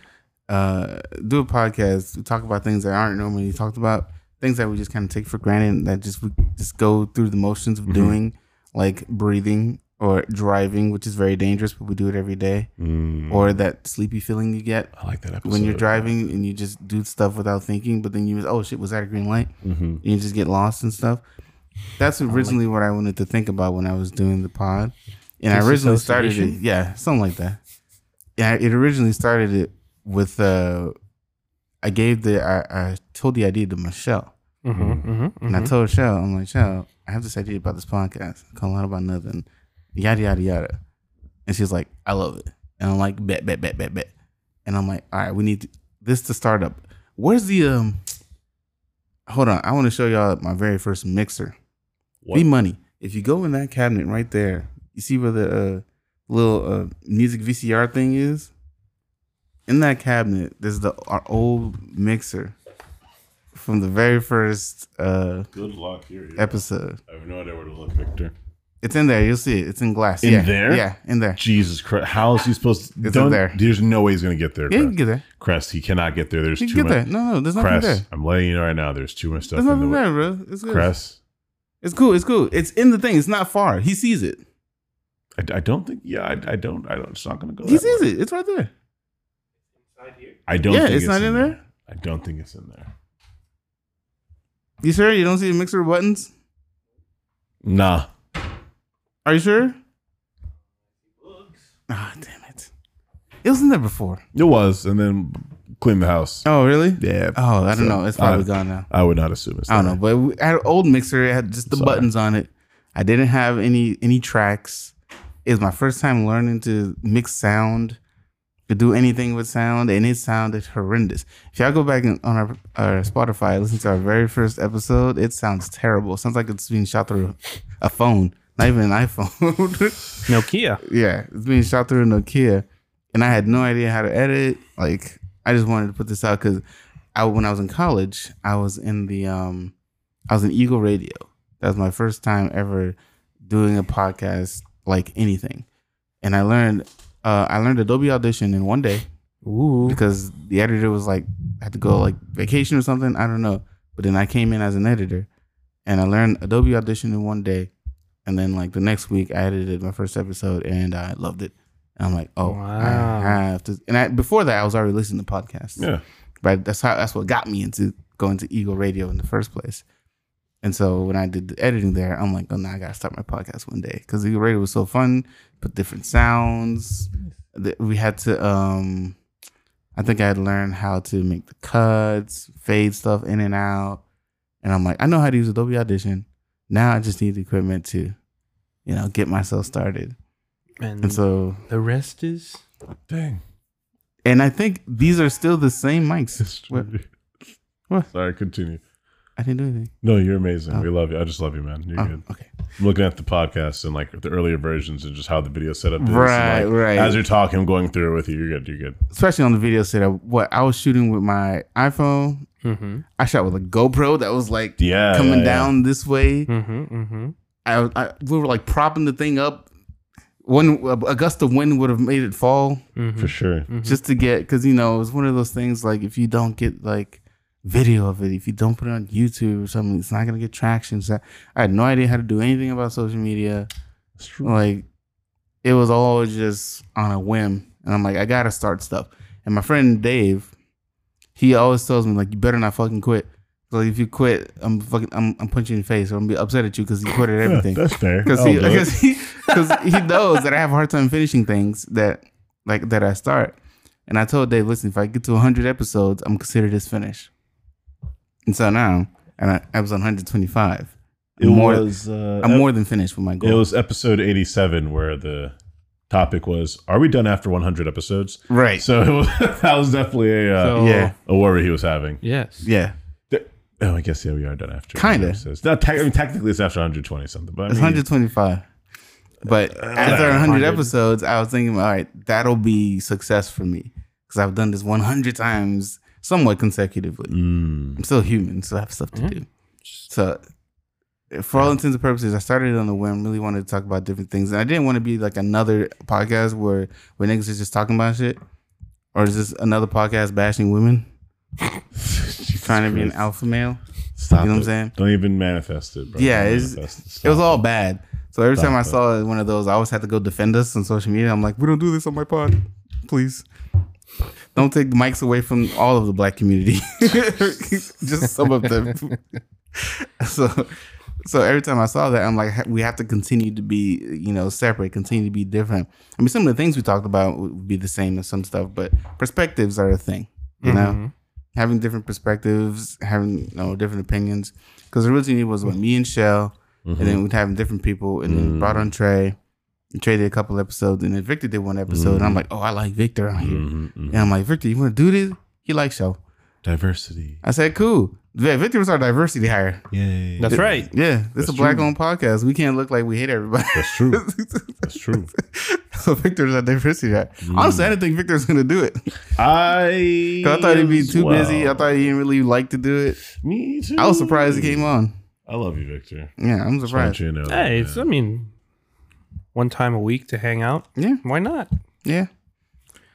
A: uh, do a podcast to talk about things that aren't normally talked about, things that we just kind of take for granted and that just we just go through the motions of doing, like breathing or driving, which is very dangerous, but we do it every day,
C: Mm,
A: or that sleepy feeling you get
C: I like that episode.
A: when you're driving and you just do stuff without thinking, but then you oh shit, was that a green light?
C: Mhm.
A: And you just get lost and stuff. That's originally what I wanted to think about when I was doing the pod, and I originally started it.
B: Disassociation?
A: Yeah, something like that. Yeah, it originally started it with uh, I gave the I, I told the idea to Michelle,
B: Mm-hmm,
A: and I told Michelle, I'm like, Michelle, I have this idea about this podcast called Out About Nothing, yada yada yada, and she's like, I love it, and I'm like, bet bet bet bet bet, and I'm like, all right, we need to, this to start up. Where's the um? Hold on, I want to show y'all my very first mixer.
C: What?
A: B Money. If you go in that cabinet right there, you see where the uh, little uh, music VCR thing is. In that cabinet, there's the our old mixer from the very first uh,
C: Good luck here.
A: episode.
C: I have no idea where to look, Victor.
A: It's in there. You'll see it. It's in glass.
C: In
A: yeah.
C: there?
A: Yeah, in there.
C: Jesus Christ! How is he supposed to?
A: It's
C: don't-
A: in there.
C: There's no way he's gonna get there.
A: Yeah, you can
C: Crest.
A: get there.
C: Crest, he cannot get there. There's
A: You
C: too
A: can get
C: much.
A: there. No, no, there's nothing
C: Crest,
A: there.
C: I'm letting you know right now. There's too much stuff
A: There's
C: in the
A: nothing
C: way.
A: there, bro. It's good.
C: Crest,
A: It's cool. It's cool. It's in the thing. It's not far. He sees it.
C: I, I don't think. Yeah, I, I don't. I don't. It's not gonna go.
A: He
C: that
A: sees
C: way.
A: it. It's right there.
C: I don't.
A: Yeah,
C: think
A: it's not in there.
C: I don't think it's in there.
A: You sure you don't see the mixer buttons?
C: Nah.
A: Are you sure? Ah, damn it. It was in there before.
C: It was, and then clean the house.
A: Oh, really?
C: Yeah.
A: Oh, I don't
C: So,
A: know. It's probably
C: I-
A: gone now.
C: I would not assume it's.
A: I don't
C: there.
A: know, but we- I had an old mixer. It had just the
C: Sorry.
A: buttons on it. I didn't have any any tracks. It was my first time learning to mix sound, to do anything with sound, and it sounded horrendous. If y'all go back in, on our, our Spotify, listen to our very first episode, it sounds terrible. sounds like it's being shot through a phone, not even an iPhone.
B: Nokia.
A: yeah, it's being shot through a Nokia, and I had no idea how to edit. Like, I just wanted to put this out because I, when I was in college, I was in the, um, I was in Eagle Radio. That was my first time ever doing a podcast, like anything, and I learned, uh, I learned Adobe Audition in one day
B: Ooh.
A: because the editor was like had to go like vacation or something. I don't know. But then I came in as an editor, and I learned Adobe Audition in one day, and then like the next week I edited my first episode and I loved it. And I'm like, oh,
B: Wow.
A: I have to. And I, before that, I was already listening to podcasts.
C: Yeah.
A: But that's how that's what got me into going to Eagle Radio in the first place. And so when I did the editing there, I'm like, oh no, I gotta start my podcast one day because Eagle Radio was so fun. Put different sounds. That We had to. um I think I had learned how to make the cuts, fade stuff in and out. And I'm like, I know how to use Adobe Audition. Now I just need the equipment to, you know, get myself started. And
C: Mm.
B: And
A: so,
B: the rest is
C: Dang.
A: and I think these are still the same mics. What? What?
C: Sorry. Continue.
A: I didn't do anything.
C: No, you're amazing.
A: Oh.
C: We love you. I just love you, man. You're
A: Oh,
C: good.
A: okay.
C: I'm looking at the podcast and like the earlier versions and just how the video setup is. and,
A: Right,
C: like,
A: right.
C: As you're talking, I'm going through it with you. You're good. You're good.
A: especially on the video setup, what I was shooting with my iPhone,
B: mm-hmm.
A: I shot with a GoPro that was like
C: Yeah. yeah,
A: coming
C: yeah. Hmm.
A: down this way.
B: Mm-hmm. Mm-hmm.
A: I, I we were like propping the thing up. One a gust of wind would have made it fall
B: Mm-hmm.
C: for sure.
A: just to get because you know it's one of those things like if you don't get like video of it, if you don't put it on YouTube or something, it's not gonna get traction. So I had no idea how to do anything about social media.
C: It's true.
A: Like it was all just on a whim. And I'm like, I gotta start stuff. And my friend Dave, he always tells me, like, you better not fucking quit. So if you quit, I'm fucking, I'm, I'm punching you in the face. Or I'm gonna be upset at you because you quit at
C: Yeah,
A: everything.
C: that's fair. Oh,
A: Because
C: I'll
A: he,
C: do it.
A: because he, because he knows that I have a hard time finishing things that, like that I start. And I told Dave, listen, if I get to 100 episodes, I'm considered this finished. And so now, and I, I was on 125.
C: it
A: I'm more,
C: was. Uh,
A: I'm more than finished with my
C: It
A: goal.
C: was episode 87 where the topic was, "Are we done after 100 episodes?"
A: right.
C: So it was, that was definitely a uh,
B: So-
A: yeah.
C: a worry he was having.
B: Yes.
A: Yeah.
C: Oh, I guess yeah, we are done after.
A: Kinda.
C: 100 episodes. Now, tec- I mean, technically, it's after 120 something, but I
A: It's
C: mean, uh,
A: 125. But after 100
B: 100.
A: episodes, I was thinking, all right, that'll be success for me because I've done this 100 times somewhat consecutively.
C: Mm,
A: I'm still human, so I have stuff to
C: Mm-hmm.
B: Mhm.
A: do. So, for all intents and purposes, I started on the whim. Really wanted to talk about different things, and I didn't want to be like another podcast where where niggas is just talking about shit, or is this another podcast bashing women,
C: Jesus
A: trying to be an
C: Christ.
A: alpha male?
C: Stop
A: you know what I'm
C: it.
A: saying?
C: Don't even manifest it, bro.
A: Yeah,
C: Don't
A: it's-
C: manifest Stop
A: It was all bad. So every time I
C: Stop it.
A: saw one of those, I always had to go defend us on social media. I'm like, we don't do this on my pod, please. Don't take the mics away from all of the black community, just some of them. so, so every time I saw that, I'm like, we have to continue to be, you know, separate, continue to be different. I mean, some of the things we talked about would be the same as some stuff, but perspectives are a thing, you know
B: Mhm.
A: having different perspectives, having you know, different opinions. Because originally it was with me and Shell, and then we'd have different people, and then brought on Trey. And Trey did a couple episodes, and then Victor did one episode. And I'm like, oh, I like Victor on here.
C: Mhm, mhm.
A: And I'm like, Victor, you want to do this? He likes Shell.
C: Diversity.
A: I said, cool. Yeah, Victor was our diversity hire.
C: Yay.
B: That's right.
A: Yeah, this is a
C: That's
A: black owned podcast. We can't look like we hate everybody.
C: That's true. That's true.
A: so Victor's our diversity hire. Honestly, I didn't think Victor was going to do it. 'Cause
C: I.
A: I thought he'd be too
C: well.
A: busy. I thought he didn't really like to do it.
C: Me too.
A: I was surprised he came on.
C: I love you, Victor.
A: Yeah, I'm
C: Just want
A: surprised.
C: you to know that,
B: Hey, it's,
C: man.
B: I mean, one time a week to hang out.
A: Yeah.
B: Why not?
A: Yeah.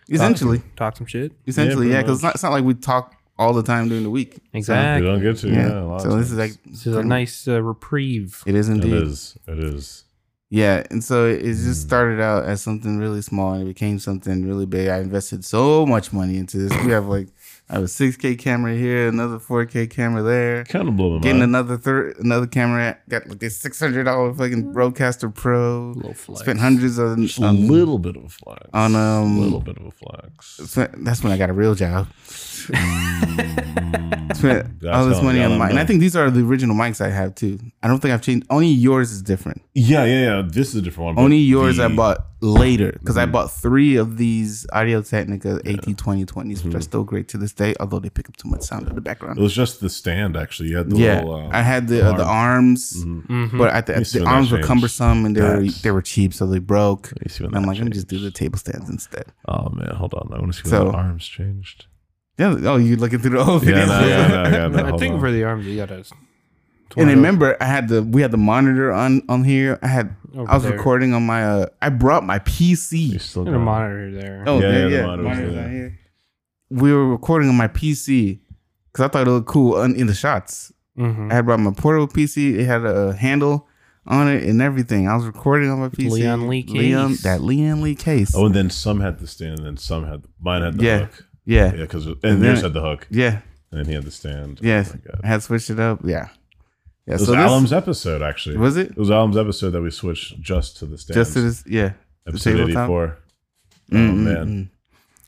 A: Essentially.
B: Talk some, talk some shit.
A: Essentially, yeah,
C: pretty
A: because it's not, it's not like we talk all the time during the week.
C: we
B: Exactly.
C: don't get to.
A: Yeah.
C: Yeah. a lot
A: so
C: of
A: this is
C: times.
A: like
B: This is a nice uh, reprieve.
A: It is indeed.
C: It is. It is.
A: Yeah, and so it, it just
C: Mm.
A: started out as something really small and it became something really big. I invested so much money into this. We have like I have a 6K camera here, another 4K camera there.
C: Kind of blew my
A: Getting
C: mind.
A: another third, another camera. Got like this six hundred dollar fucking Broadcaster Pro.
B: little flex.
A: Spent hundreds of
C: Mm. Just a little bit of a flex.
A: on, um,
C: a little bit of a flex.
A: Spent, that's when I got a real job.
C: Mm,
A: Spent
C: that's
A: all this
C: how I
A: money
C: got
A: on
C: on
A: mine. And I
C: mine.
A: think these are the original mics I have too. I don't think I've changed. Only yours is different.
C: yeah, yeah, yeah. This is a different one. but
A: Only yours I
C: the- Mm-hmm.
A: bought later because I bought three of these Audio Technica AT twenty twenties,
C: Mm-hmm.
A: which are still great to this day, although they pick up too much sound in the
C: It
A: background.
C: was just the stand actually. You had the
A: Yeah,
C: little. Uh,
A: I had the uh, the arms,
B: Mhm.
A: but I th-
C: Mm-hmm. Let me see
A: the
C: when that
A: arms were
C: changed.
A: cumbersome and they were
C: Yes.
A: they were cheap, so they broke.
C: let me see when
A: And I'm
C: that
A: like, let me just do
C: changed.
A: the table stands instead.
C: Oh man, hold on. I want to see
A: So-
C: when the arms changed.
A: Yeah, oh, you're looking through the old
C: Yeah,
A: videos.
C: no, yeah, no, yeah, no,
B: I
C: hold
B: think
C: on.
B: for the arms, you gotta.
A: And I remember, I had the we had the monitor on on here. I had
B: Over
A: I was
B: there.
A: recording on my. uh I brought my PC.
C: You still
B: Get
C: got
B: a
C: it.
B: monitor there.
A: Oh
C: Yeah,
A: yeah, yeah.
C: yeah, the monitor's
A: Monitor's
C: there.
A: on here. We were recording on my PC because I thought it looked cool on, in the shots.
B: Mhm.
A: I had brought my portable PC. It had a handle on it and everything. I was recording on my PC.
B: Leon Lee
A: Leon,
B: case.
A: that Leon Lee case.
C: Oh, and then some had the stand, and then some had mine had the
A: Yeah.
C: hook.
A: yeah,
C: Yeah,
A: yeah,
C: because and,
A: And
C: theirs
A: then-
C: had the hook, and then he had the stand.
A: Yes,
C: Oh my God.
A: I had switched it up. Yeah, yeah.
C: It was
A: so this
C: Alam's episode actually.
A: was it
C: It was Alan's episode that we switched just to the stand.
A: just to this? Yeah,
C: episode
A: tabletop?
C: 84. Oh,
A: Mm, mm,
C: man.
A: mm.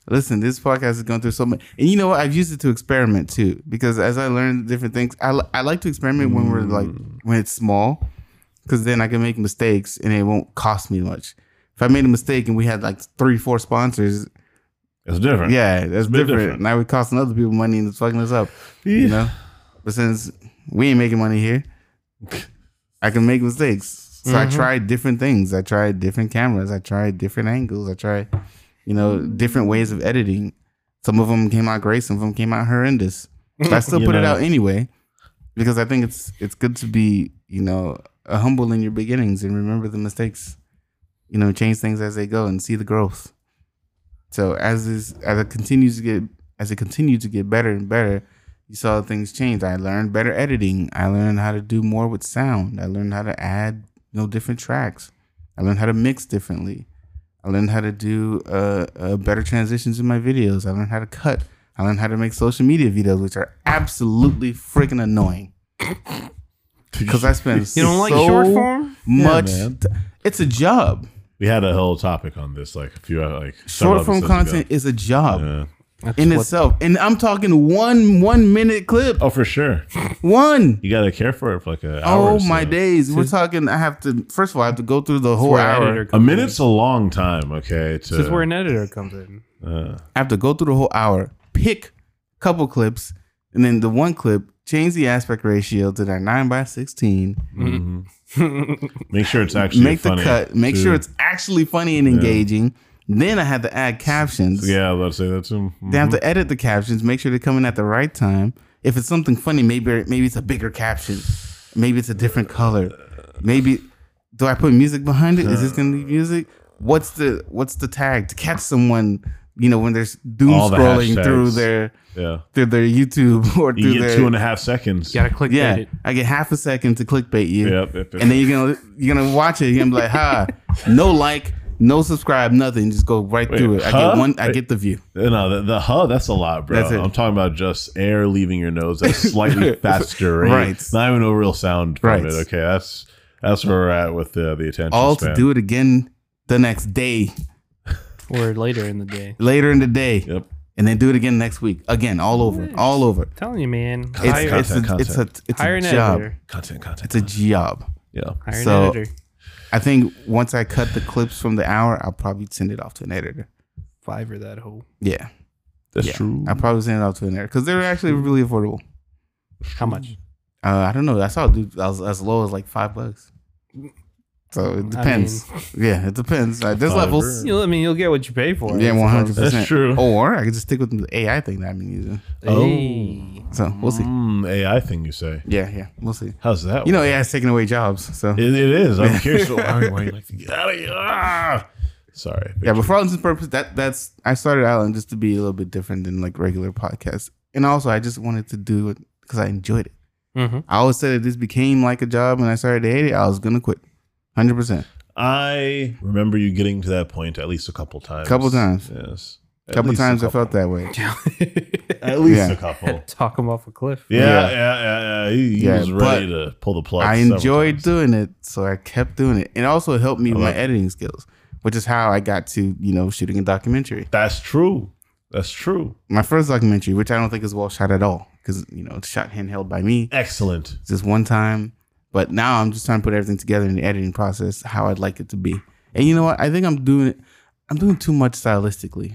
A: Listen, this podcast is going through so much, and you know what? I've used it to experiment too, because as I learn different things, I, li- I like to experiment when we're like
C: Mm.
A: when it's small, because then I can make mistakes and it won't cost me much. If I made a mistake and we had like three, four sponsors,
C: It's different.
A: yeah, that's
C: a bit
A: different.
C: different.
A: Now we're costing other people money and it's fucking us up, you know. But since we ain't making money here, I can make mistakes. So I
C: Mm-hmm.
A: tried different things. I tried different cameras. I tried different angles. I tried, you know, different ways of editing. Some of them came out great. Some of them came out horrendous. But I still
C: You
A: put it
C: know.
A: out anyway because I think it's it's good to be you know uh, humble in your beginnings and remember the mistakes. You know, change things as they go and see the growth. So as this as it continues to get as it continued to get better and better, you saw things change. I learned better editing. I learned how to do more with sound. I learned how to add you know different tracks. I learned how to mix differently. I learned how to do uh, uh, better transitions in my videos. I learned how to cut. I learned how to make social media videos, which are absolutely freaking annoying. Because I spend
B: You don't like
A: so
B: short form?
A: much.
C: Yeah, man.
A: t- it's a job.
C: We had a whole topic on this, like a few, uh, like several
A: Short form
C: episodes ago.
A: content is a job
C: Yeah.
A: in
B: what-
A: itself, and I'm talking one one minute clip.
C: Oh, for sure.
A: One.
C: You gotta care for it for like an hour.
A: Oh
C: or so.
A: my days. We're talking. I have to. First of all, I have to go through the whole
B: where
A: hour.
B: editor
C: A
B: comes
C: minute's a long time. Okay.
B: in. This is where
C: To,
B: an editor comes in.
C: uh,
A: I have to go through the whole hour, pick a couple clips, and then the one clip change the aspect ratio to that nine by sixteen.
C: make sure it's actually
A: make the
C: funny,
A: cut. Make
C: too.
A: sure it's actually funny and engaging. Then I had to add captions.
C: Yeah, Mm-hmm. let's say um, that too.
A: They have to edit the captions, make sure they come in at the right time. If it's something funny, maybe maybe it's a bigger caption, maybe it's a different color. Maybe do I put music behind it? Is this gonna be music? What's the what's the tag to catch someone? You know when they're doom
C: All the
A: scrolling through
C: hashtags.
A: their
C: Yeah.
A: through their YouTube or through
C: You get
A: their
C: two and a half seconds.
B: Gotta click
A: yeah.
B: edit.
A: I get half a second to clickbait you,
C: Yep, yep, yep.
A: and then you're gonna you're gonna watch it. You're gonna be like, "Ha, no like, no subscribe, nothing. Just go right
C: Wait,
A: through it. I
C: huh?
A: get one. I get the view.
C: No, the, the huh, that's a lot, bro.
A: That's it.
C: I'm talking about just air leaving your nose at a slightly faster rate.
A: Right.
C: Not even a real sound from
A: Right.
C: it. Okay, that's that's where we're at with uh, the, the attention
A: All
C: span.
A: to do it again the next day.
B: Or later in the day.
A: later in the day,
C: Yep.
A: and then do it again next week. Again, all over, all over.
B: telling you, man.
A: It's,
B: Hire,
A: it's, a, it's a it's
B: hire
A: a
B: an
A: job.
B: editor.
C: Content, content.
A: It's a job.
C: yeah.
B: Hire
A: So-
B: an editor.
A: I think once I cut the clips from the hour, I'll probably send it off to an editor.
B: Fiverr that whole.
A: Yeah,
C: That's
A: yeah.
C: true.
A: I'll probably send it off to an editor because they're actually really affordable.
B: How much?
A: Uh, I don't know. I saw a dude I was as low as like five bucks. So it depends. yeah, it depends. Like, there's
C: Fiverr.
A: levels.
B: You know, I mean, you'll get what you pay for.
A: Yeah,
B: I
A: one hundred
B: suppose.
A: percent.
C: That's true.
A: Or I could just stick with the AI thing that I've been using.
B: Hey.
A: So we'll see.
C: Mm, AI thing you say.
A: Yeah, yeah, we'll see.
C: How's that?
A: You know,
C: work?
A: AI's taking away jobs. So
C: it, it is. I'm curious. why, why you like to get out of here? Ah! Sorry.
A: yeah, but for all intents and purposes, that that's I started Island just to be a little bit different than like regular podcasts, and also I just wanted to do it because I enjoyed it.
B: Mhm.
A: I always said if this became like a job, and I started to hate it, I was gonna quit, hundred percent.
C: I remember you getting to that point at least a couple times.
A: Couple times.
C: Yes. At
A: Couple
C: least a
A: times I
C: couple.
A: felt that way.
C: At least
A: Yeah.
C: a couple.
B: Mm-hmm. Talk him off a cliff.
C: Yeah,
A: Yeah.
C: yeah, yeah, yeah. He, he
A: Yeah,
C: was ready to pull the plug.
A: I
C: several
A: enjoyed
C: times.
A: doing it, so I kept doing it, and it also helped me with my
C: love it.
A: editing skills, which is how I got to you know shooting a documentary.
C: That's true. That's true.
A: My first documentary, which I don't think is well shot at all, because you know it's shot handheld by me.
C: Excellent.
A: just one time. But now I'm just trying to put everything together in the editing process how I'd like it to be. And you know what? I think I'm doing it. I'm doing too much stylistically.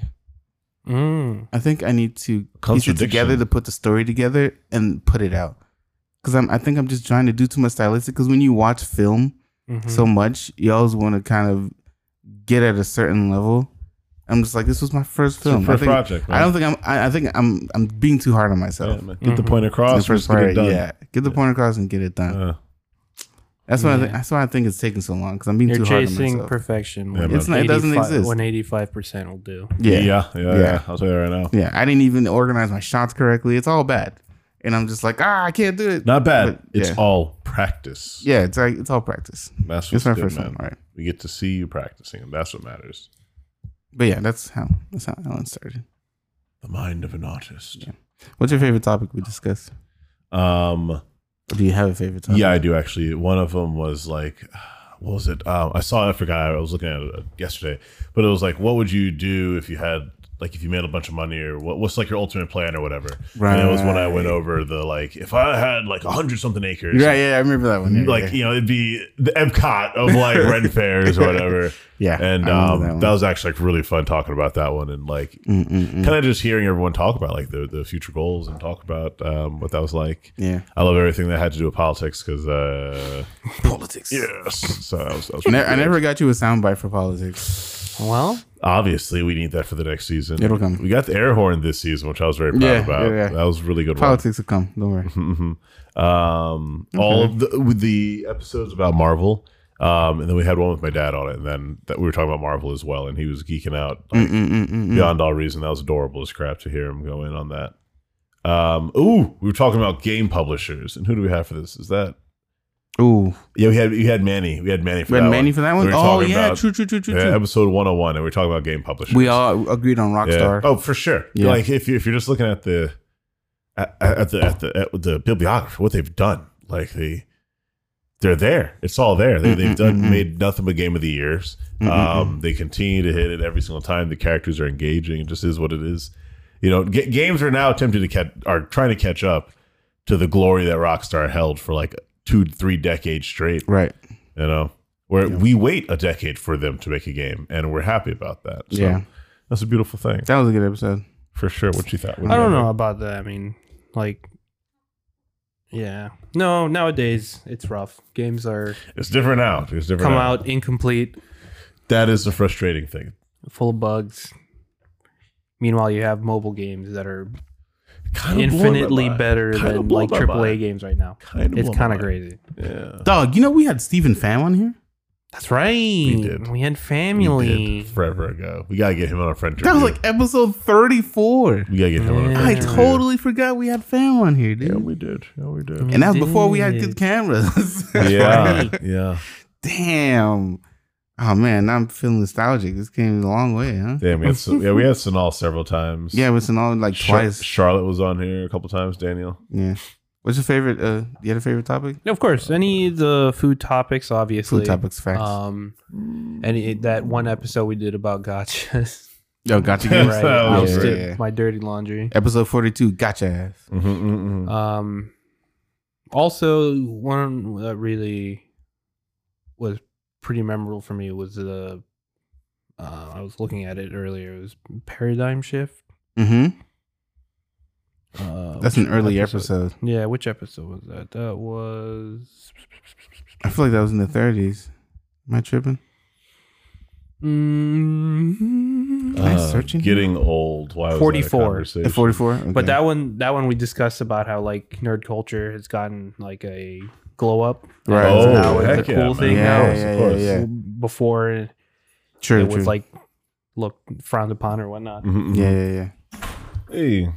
B: Mm.
A: I think I need to piece it together
C: Contradiction.
A: to put the story together and put it out. Because I'm, I think I'm just trying to do too much stylistic. Because when you watch film
B: Mhm.
A: so
C: Hmm.
A: much, you always want to kind of get at a certain level. I'm just like, this was my first
C: It's your
A: film. I,
C: first
A: think,
C: project.
A: I don't think I'm. I, I think I'm. I'm being too hard on
C: man.
A: myself.
C: Yeah, man. Get the
B: Mhm.
C: point
A: The first
C: across. First get it
A: part,
C: done.
A: yeah. Get the point across and get it done.
C: Uh,
A: That's why I
B: Yeah.
A: think that's why I think it's taking so long because I'm being
B: You're
A: too hard on
B: chasing
A: myself.
B: perfection.
C: Yeah, It's
A: not- it doesn't
B: 85
A: exist.
B: 185% will do.
A: yeah.
C: yeah.
A: yeah,
C: Yeah, yeah,
A: Yeah.
C: I'll tell you right now.
A: I didn't even organize my shots correctly. It's all bad, and I'm just like, ah, I can't do it.
C: Not bad.
A: But,
C: It's
A: yeah.
C: all practice.
A: yeah, it's like it's all practice.
C: That's
A: It's
C: what's
A: my
C: good,
A: first
C: man.
A: one, all right.
C: We get to see you practicing, and that's what matters.
A: But yeah, that's how that's how Alan started.
C: The mind of an artist.
A: What's your favorite topic we discussed?
C: Um.
A: Or do you have a favorite topic?
C: Yeah, I do actually. One of them was like, what was it? Um, I saw. I forgot. I was looking at it uh, yesterday, but it was like, what would you do if you had like if you made a bunch of money or what, what's like your ultimate plan or whatever? And it was when I went
A: Right.
C: over the like, if I had like a hundred something acres,
A: Yeah, yeah, I remember that one. Yeah,
C: Like
A: yeah,
C: you know, it'd be the Epcot of like rent fairs or whatever,
A: yeah.
C: and
A: I
C: um,
A: remember
C: that,
A: that
C: was actually like really fun talking about that one and like
A: one. Mm, mm, mm.
C: kind of just hearing everyone talk about like the the future goals and talk about um, what that was like.
A: yeah,
C: I love everything that had to do with politics because uh,
A: politics.
C: Yes. So that was, that was
A: I ne- I
C: pretty
A: never got you a soundbite for politics.
B: Well,
C: good. Obviously, we need that for the next season.
A: It'll come.
C: We got the air horn this season, which I was very proud
A: Yeah,
C: about.
A: yeah, yeah.
C: That was a really good. one.
A: Politics will come. Don't worry.
C: Mhm. um, All of the, with the episodes about Marvel. Um, and then we had one with my dad on it, and then that we were talking about Marvel as well, and he was geeking out like,
A: Mm, mm, mm, mm, mm.
C: beyond all reason. That was adorable as crap to hear him go in on that. Um, ooh, we were talking about game publishers, and who do we have for this? Is that
A: Ooh,
C: Yeah, we had we had Manny. We had Manny for
A: we
C: that
A: had Manny
C: one.
A: for that one.
C: We were
A: oh
C: talking
A: yeah,
C: about-
A: true, true, true, true,
C: Yeah,
A: true.
C: episode 101 and we are talking about game publishers.
A: we all agreed on Rockstar.
C: Yeah. Oh, for sure.
A: Yeah.
C: Like if you if you're just looking at the at, at the at the at the bibliography, what they've done, like the they're there. It's all there.
A: Mm,
C: They,
A: mm,
C: they've done
A: mm, mm.
C: made nothing but game of the years.
A: Mm, mm,
C: Um, they continue to hit it every single time. The characters are engaging. It just is what it is. You know, ga- games are now attempting to catch are trying to catch up to the glory that Rockstar held for like two three decades straight.
A: right.
C: You know, where
A: Yeah.
C: we wait a decade for them to make a game, and we're happy about that. So
A: Yeah,
C: that's a beautiful thing
A: that was a good episode.
C: for sure. What you thought?
B: I don't know about that. I mean, like, yeah. No, nowadays it's rough. Games are
C: It's different now. It's different.
B: come
C: now.
B: out incomplete,
C: That is the frustrating thing.
B: full of bugs. Meanwhile, you have mobile games that are
C: Kind
B: infinitely better than like AAA games right now.
C: Kind
B: it's kind of crazy.
C: Yeah.
A: Dog, you know we had Stephen Fan on here.
B: That's right. We
C: did.
B: had
C: We did
B: family.
C: forever ago. We gotta get him on a friend.
A: That was
C: review.
A: like episode thirty-four.
C: we gotta get him on a
B: Yeah.
C: friend.
A: I
C: review.
A: totally forgot we had Fan on here, dude.
C: Yeah, we did. Yeah, we did.
B: Mm.
A: and that was before we had
B: did.
A: good cameras.
C: yeah, yeah.
A: Damn. Oh man, now I'm feeling nostalgic. This came a long way, huh?
C: Damn, we had, Sin- yeah, we had Sinal several times.
A: Yeah, it was in all like
C: Char-
A: twice.
C: Charlotte was on here a couple times. Daniel.
A: Yeah. What's your favorite? Uh, you had a favorite topic?
B: Of course, any of the food topics, obviously.
A: Food topics, facts.
B: Um, and it, that one episode we did about gotchas,
A: Yo, gotcha
C: Yes,
A: games.
B: right?
C: that
B: I
A: was
B: just
A: great.
B: did my dirty laundry.
A: Episode forty-two, gotcha ass.
C: Mhm, mhm, mhm.
B: Um, also, one that really was pretty memorable for me was the. Uh, I was looking at it earlier. It was paradigm shift.
A: Mm-hmm.
B: Uh,
A: That's
B: which
A: an early episode.
B: Yeah, which episode was that? That was.
A: I feel like that was in the thirties. Am I tripping?
C: Mm-hmm.
B: Mm,
A: Am I searching?
C: Uh, Getting old. Why was that a
B: 44.
C: conversation?
A: At forty-four.
B: But that one, that one we discussed about how like nerd culture has gotten like a glow up. and
A: Right.
B: it's
A: Oh,
B: now it's
C: heck
B: a
C: yeah, man.
B: cool thing
A: Yeah,
B: now.
A: yeah, yeah, yeah.
B: Before it
A: true, true.
B: was like look frowned upon or whatnot.
C: Mhm, mhm.
A: yeah, yeah, yeah.
C: Hey.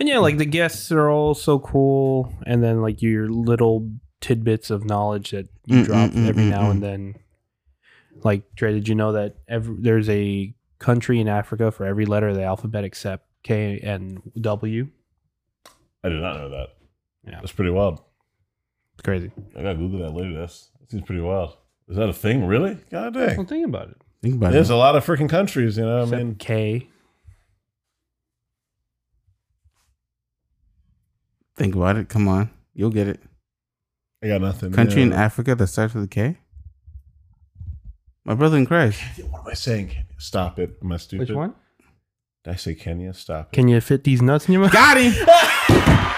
B: And yeah, like the guests are all so cool, and then like your little tidbits of knowledge that you
A: Mm,
B: drop
A: mm, mm,
B: every
A: mm,
B: now
A: mm.
B: and then. Like Dre, did you know that every, there's a country in Africa for every letter of the alphabet except K and W?
C: I did not know that.
B: Yeah.
C: That's pretty wild.
B: It's crazy.
C: I gotta Google that later. That's that seems pretty wild. Is that a thing, really? God
B: Well,
C: dang.
B: think about it.
A: Think about
C: There's
A: it.
C: a lot of freaking countries, you know. I
B: Except
C: mean,
B: K.
A: Think about it. Come on, you'll get it.
C: I got nothing.
A: Country in
C: Yeah.
A: Africa that starts with a K. My brother in Christ.
C: What am I saying? Stop it. Am I stupid? Did I say Kenya? Stop it.
B: Can you fit these nuts in your mouth?
A: Got him.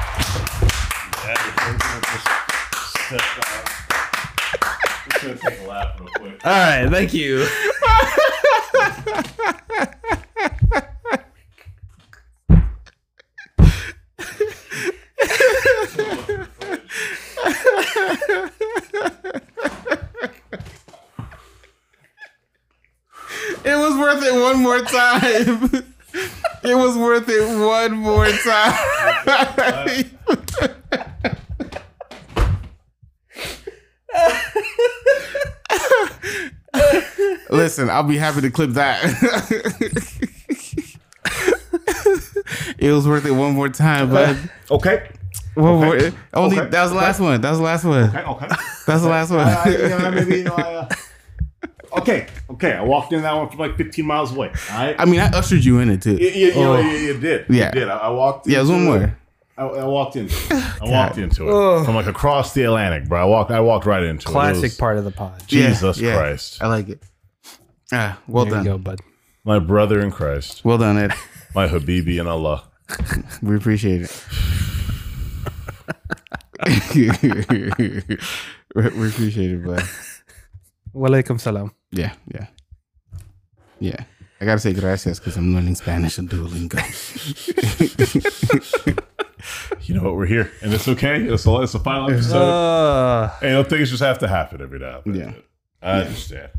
C: Yeah, I think we'll just step out. Just gonna take a lap real quick.
B: All right, thank you.
A: It was worth it one more time. it was worth it one more time. Listen, I'll be happy to clip that. it was worth it one more time, but
C: Okay.
A: one more, only
C: Okay.
A: that was the last one. That was the last one.
C: Okay. Okay.
A: That's the last one.
C: I, you know, maybe you know. I, uh, okay. Okay. I walked in that one from like 15 miles away. All right.
A: I mean, I ushered you in it too.
C: you, you, you, know,
A: Oh.
C: you, you did.
A: Yeah.
C: You did. I, I walked.
A: Yeah, it was one
C: into
A: more.
C: I, I walked into it. I walked into it. From like across the Atlantic, bro. I walked I walked right into it. It
B: Classic
C: was-
B: part of the pod.
A: Yeah,
C: Jesus
A: yeah.
C: Christ.
A: I like it. Ah, well
B: There you
A: done.
B: go, bud.
C: My brother in Christ.
A: Well done, Ed.
C: My Habibi in Allah.
A: We appreciate it. we we appreciate it, but
B: Walaikum salam.
A: yeah, yeah, yeah. I gotta say gracias because I'm learning Spanish on Duolingo.
C: You know what? We're here. And it's okay. It's the, it's the final episode.
B: Uh,
C: Hey, you know, things just have to happen every now and then.
A: Yeah.
C: I understand.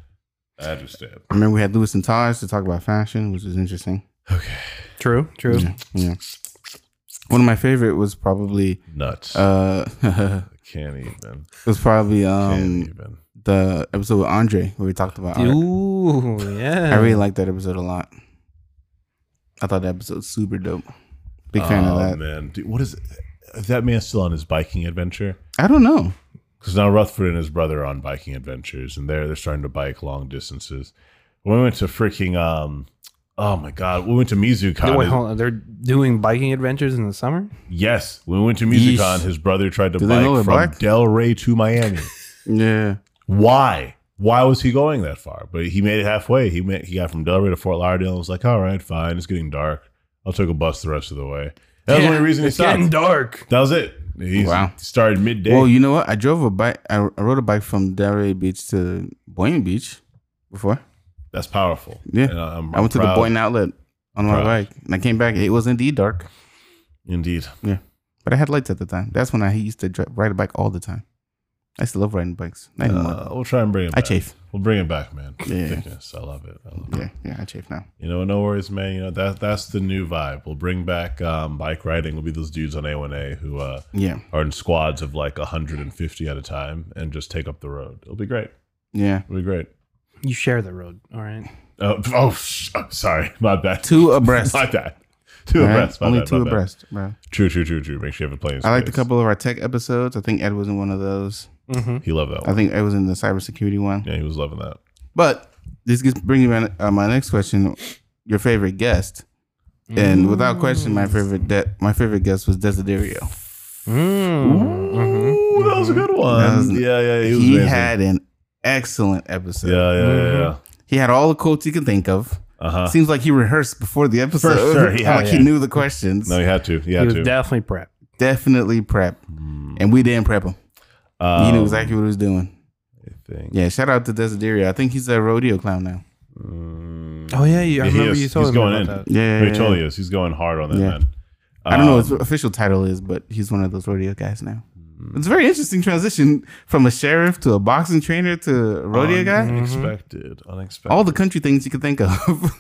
C: I understand.
A: I remember we had Lewis and Taj to talk about fashion, which was interesting.
B: true, true.
A: Yeah, yeah. One of my favorite was probably
C: Nuts.
A: uh it
C: Can't even.
A: was probably
C: Can't
A: um
C: even.
A: the episode with Andre where we talked about art.
B: Ooh,
A: I
B: yeah.
A: really liked that episode a lot. I thought that episode was super dope. Big fan of
C: Oh,
A: that.
C: man. Dude, what is is that man still on his biking adventure?
A: I don't know.
C: Because now Rutherford and his brother are on biking adventures, and they're they're starting to bike long distances. When we went to freaking um, oh my god, we went to
B: Wait,
C: Mizucon.
B: wait, hold on. They're doing biking adventures in the summer?
C: yes, when we went to Mizucon,
A: Yeesh.
C: his brother tried to
A: Do they
C: bike
A: know we're
C: from
A: black?
C: Del Rey to Miami.
A: Yeah.
C: Why? Why was he going that far? But he made it halfway. He made, he got from Delray to Fort Lauderdale and was like, all right, fine. It's getting dark. I'll take a bus the rest of the way. That was the only reason he
B: It's getting
C: stopped.
B: dark.
C: That was it. He
A: Wow.
C: started midday.
A: Well, you know what? I drove a bike. I, I rode a bike from Delray Beach to Boynton Beach before.
C: That's powerful.
A: Yeah.
C: And I- I'm-
A: I went to the
C: proud.
A: Boynton Outlet on my
C: Proud.
A: bike, and I came back. It was indeed dark,
C: Indeed.
A: but I had lights at the time. That's when I used to dri ride a bike all the time. I still love riding bikes. Not anymore.
C: Uh, we'll try and bring it
A: I
C: back.
A: chafe.
C: We'll bring it back, man.
A: Yeah.
C: Thickness. I love it. I love it.
A: Yeah, yeah, I chafe now.
C: You know, no worries, man. You know, that that's the new vibe. We'll bring back um, bike riding. We'll be those dudes on A1A who uh,
A: Yeah,
C: are in squads of like 150 at a time and just take up the road. It'll be great.
A: yeah.
C: It'll be great.
B: You share the road, all right?
C: Uh, oh, sh- oh, sorry. My bad.
A: Two abreast.
C: My bad. Two
A: all right?
C: abreast. My
A: Only
C: bad,
A: two
C: my bad.
A: abreast, bro.
C: True, true, true, true. Make sure you have a plane.
A: I liked a couple of our tech episodes. I think Ed was in one of those.
B: Mm-hmm.
C: He loved that
A: I
C: one.
A: think Ed was in the cybersecurity one.
C: Yeah, he was loving that.
A: But this gets bringing me uh, my next question: your favorite guest, and without question, my favorite de- my favorite guest was Desiderio.
C: Mm.
B: Mm-hmm.
C: Ooh, that was a good
A: That
C: one.
A: was-
C: yeah, yeah, he was
A: He
C: amazing.
A: had Mm-hmm. an excellent episode.
C: yeah, yeah, yeah, yeah.
A: He had all the quotes he could think of.
C: Uh huh.
A: Seems like he rehearsed before the episode.
C: sure, he had
A: like he
C: to.
A: knew the questions.
C: No, he had to. He
B: He
C: had
B: was
C: to.
B: definitely prepped.
A: Definitely prep,
C: Mm.
A: and we didn't prep him.
C: Um,
A: he knew exactly what he was doing.
C: I think.
A: Yeah, shout out to Desiderio. I think he's a rodeo clown now.
C: Mm.
B: Oh, yeah. You, I
C: He
B: remember
C: is.
B: you told
C: He's
B: me
C: going
B: about
C: in.
B: that.
A: Yeah, yeah,
C: He
A: yeah,
C: totally is. He's going hard on that
A: Yeah.
C: man.
A: I don't know what
C: Um, Mm.
A: his official title is, but he's one of those rodeo guys now. It's a very interesting transition from a sheriff to a boxing trainer to a rodeo
C: Um,
B: Mm-hmm.
A: guy.
C: Unexpected. Unexpected.
A: All the country things you could think of.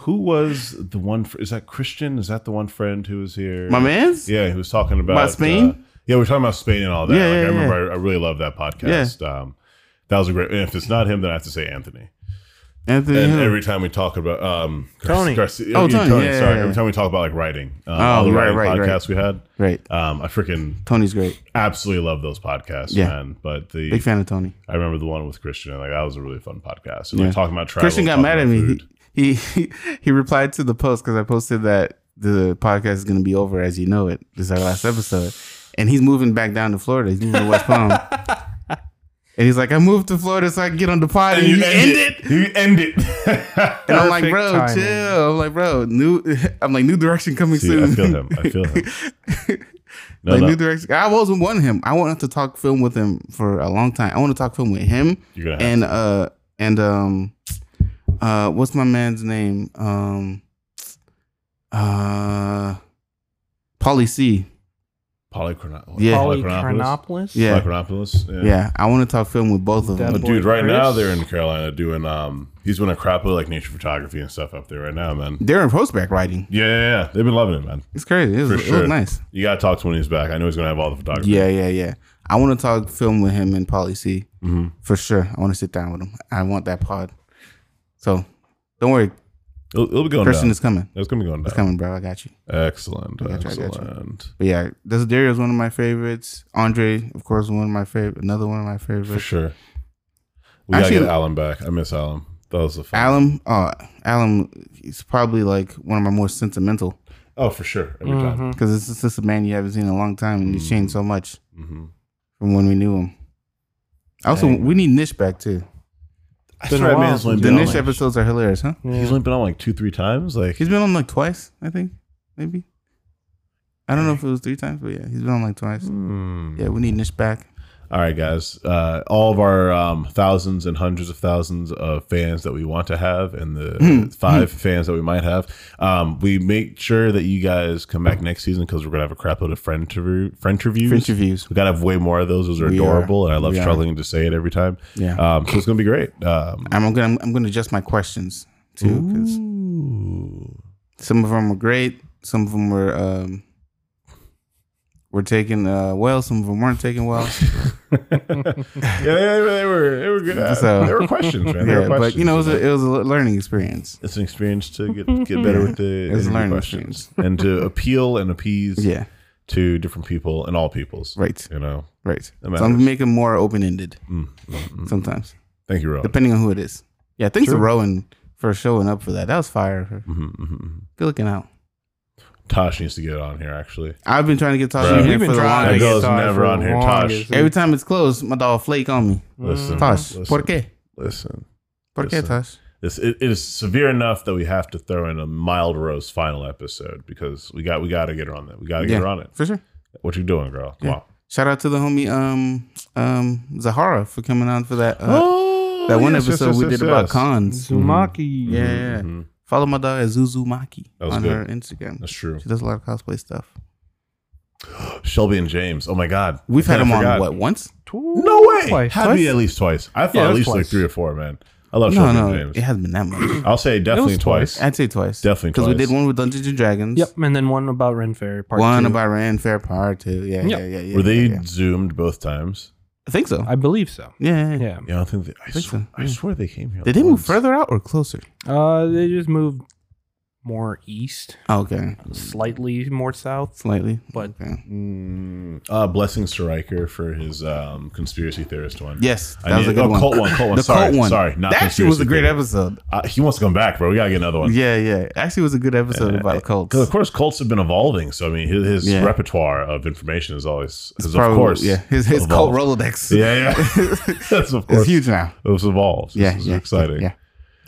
C: Who was the one? Fr- is that Christian? Is that the one friend who was here?
A: My man's?
C: Yeah, he was talking about,
A: About Spain?
C: uh, yeah, we were talking about Spain and all that.
A: Yeah,
C: like,
A: yeah,
C: I remember. I, I really love that podcast. Um, that was a great. And if it's not him, then I have to say Anthony.
A: Anthony
C: And
A: Hill.
C: every time we talk about um, Gar-
B: Tony.
C: Garcia,
A: Oh,
C: yeah,
A: Tony, yeah,
C: sorry.
A: yeah, yeah.
C: Every time we talk about like writing, um,
A: Oh,
C: all the
A: right,
C: writing
A: right, right.
C: podcasts we had,
A: Great.
C: um, I freaking
A: Tony's great.
C: absolutely love those podcasts,
A: Yeah.
C: man. But the
A: Big fan of Tony.
C: I remember the one with Christian, and like that was a really fun podcast. And
A: Yeah.
C: like talking about travel,
A: Christian got
C: talking
A: mad at
C: about
A: me.
C: food.
A: He, he he replied to the post because I posted that the podcast is going to be over as you know it. This is our last episode, and he's moving back down to Florida. He's moving to West Palm, and he's like, "I moved to Florida so I can get on the pod." And, you end it.
C: You end it.
A: And I'm like,
B: Perfect
A: bro,
B: timing.
A: chill. I'm like, bro, new. I'm like, new direction coming
C: See,
A: soon.
C: I feel him. I feel him. No,
A: like
C: no.
A: new direction. I wasn't wanting him. I wanted to talk film with him for a long time. I want to talk film with him
C: You're gonna have
A: and uh and um uh what's my man's name um uh Polly C
C: Polychrono-
A: Yeah.
B: Polychronopolis?
A: Yeah.
C: Polychronopolis.
A: yeah, I want to talk film with both of them
C: But
B: Boy,
C: dude, right
B: Chris.
C: now they're in Carolina doing. um He's doing a crap of like nature photography and stuff up there right now, man.
A: they're in horseback riding
C: Yeah, yeah, yeah. They've been loving it, man.
A: it's crazy it was,
C: For
A: it
C: sure.
A: was nice
C: You gotta talk to him when he's back. I know he's gonna have all the photography.
A: yeah yeah yeah I want to talk film with him and Polly C
C: hmm
A: for sure I want to sit down with him I want that pod so don't worry
C: It'll, it'll be going
A: Christian
C: down.
A: is coming
C: it's gonna be going down.
A: it's coming bro I got you
C: Excellent,
A: I got you, I got you.
C: excellent.
A: but yeah Desiderio is one of my favorites Andre of course one of my favorite another one of my
C: For
A: favorites
C: sure. We
A: Actually-
C: gotta get Alan back. I miss Alan. That was a fun.
A: Alum, oh, Alum is probably like one of my more sentimental
C: Oh, for sure. Every time.
B: Mm-hmm.
A: because it's it's just a man you haven't seen in a long time and
C: Hmm.
A: he's changed so much
B: Mm-hmm.
C: Mhm.
A: from when we knew him. Also,
C: Dang.
A: we need Nish back too.
C: That's
B: been a
C: right, man.
B: while
C: It's only
B: since
A: The
C: been on,
A: Nish
C: like-
A: episodes are hilarious, huh?
C: He's only been on like two, three times. Like
A: He's been on like twice, I think, maybe. I don't know if it was three times, but yeah, he's been on like twice.
C: Hmm.
A: Yeah, we need Nish back.
C: All right, guys. Uh, all of our um, thousands and hundreds of thousands of fans that we want to have, and
A: Mm-hmm.
C: the five fans that we might have, um, we make sure that you guys come back next season because we're gonna have a crapload of friend review, friend reviews.
A: French reviews.
C: We gotta have way more of those. Those are
A: We are.
C: adorable, and I love
A: We are.
C: struggling to say it every time.
A: Yeah,
C: Um, so it's gonna be great. Um,
A: Uh, I'm gonna I'm, gonna adjust my questions too because
C: ooh.
A: some of them were great, Some of them were um, were taken uh, well. Some of them weren't taken well.
C: yeah, they, they were they were good. At it.
A: So-
C: there were questions, man. There
A: yeah,
C: were
A: but you know, it was,
C: questions.
A: a, it was a learning experience.
C: it's an experience to get get better with the
A: It's a
C: interview
A: learning
C: questions and to appeal and appease
A: Yeah,
C: to different people and all peoples.
A: right,
C: You know.
A: right.
C: That
A: So I'm
C: matters.
A: making more open ended
C: Mm, mm, mm.
A: sometimes,
C: Thank you, Rob.
A: depending on who it is. Yeah, thanks
C: Sure.
A: to Rowan for showing up for that. That was fire. Good looking out.
C: Mm-hmm, Tosh needs to get on here. Actually,
A: I've been trying to get Tosh
C: Bro.
A: in here
C: We've
A: for the
C: to
A: longest.
C: get girl's
B: Tosh
C: never
B: for
C: on
B: the
C: here,
B: longest.
A: Every time it's closed, my dog flake on me.
C: listen,
A: Tosh,
C: Mm-hmm. listen,
A: por qué?
C: Listen,
A: Por qué,
C: Listen.
A: Tosh?
C: this it, it is severe enough that we have to throw in a mild roast final episode because we got we got to get her on that. We got to get
A: Yeah.
C: her on it.
A: For sure.
C: What you doing, girl? Come
A: Yeah.
C: on.
A: Shout out to the homie um um Zahara for coming on for that uh,
C: oh,
A: that one
C: yes, yes,
A: episode
C: yes,
A: we
C: yes,
A: did about
C: yes. Mm-hmm.
A: cons.
B: Zumaki.
A: Yeah, yeah.
C: Mhm.
A: Follow my dog at Zuzumaki
C: That was
A: on
C: good.
A: her Instagram.
C: That's true.
A: She does a lot of cosplay stuff.
C: Shelby and James. Oh my God,
A: We've had
C: I
A: him on
C: forgot.
A: what once?
C: No way.
B: Twice.
C: Had to be at least twice. I thought
B: Yeah, it
C: at
B: was
C: least like
B: twice.
C: three or four. Man, I love
A: no,
C: Shelby
A: no,
C: and
A: it
C: James.
A: hasn't been that much.
C: I'll say definitely twice.
B: twice.
A: I'd say twice.
C: Definitely
A: because we
C: twice.
A: did one with Dungeons and Dragons.
B: Yep, and then one about Ren Fair. Part
A: one
B: two.
A: about Rand Fair Part Two. Yeah,
B: Yep.
A: yeah, yeah, yeah.
C: Were they
A: yeah, yeah.
C: zoomed both times?
A: I think so.
B: I believe so.
A: yeah, yeah, yeah.
B: Yeah.
C: Yeah, I think. They, I,
A: think
C: sw-
A: so.
C: I
A: Yeah.
C: swear they came here.
A: Did they move
C: once.
A: further out or closer?
B: Uh, they just moved more east,
A: Oh, okay,
B: slightly more south.
A: slightly.
B: But-
A: okay.
C: Mm, uh, blessings to Riker for his um, conspiracy theorist one.
A: yes,
C: I
A: that was
C: need-
A: a good
C: oh,
A: one.
C: Cult one, cult one.
A: The
C: sorry,
A: cult one.
C: sorry. Not
A: that actually was a
C: conspiracy
A: great
C: theory.
A: episode.
C: Uh, he wants to come back, bro. We gotta get another one.
A: Yeah, yeah. Actually, it was a good episode about cults.
C: Because of course, cults have been evolving. So I mean, his, his
A: Yeah.
C: repertoire of information is always, is of
A: Probably-
C: course,
A: yeah. His his cult
C: evolved.
A: rolodex.
C: Yeah, yeah. That's of course
A: it's huge now.
C: It was evolved.
A: Yeah,
C: this is
A: yeah,
C: exciting.
A: Yeah.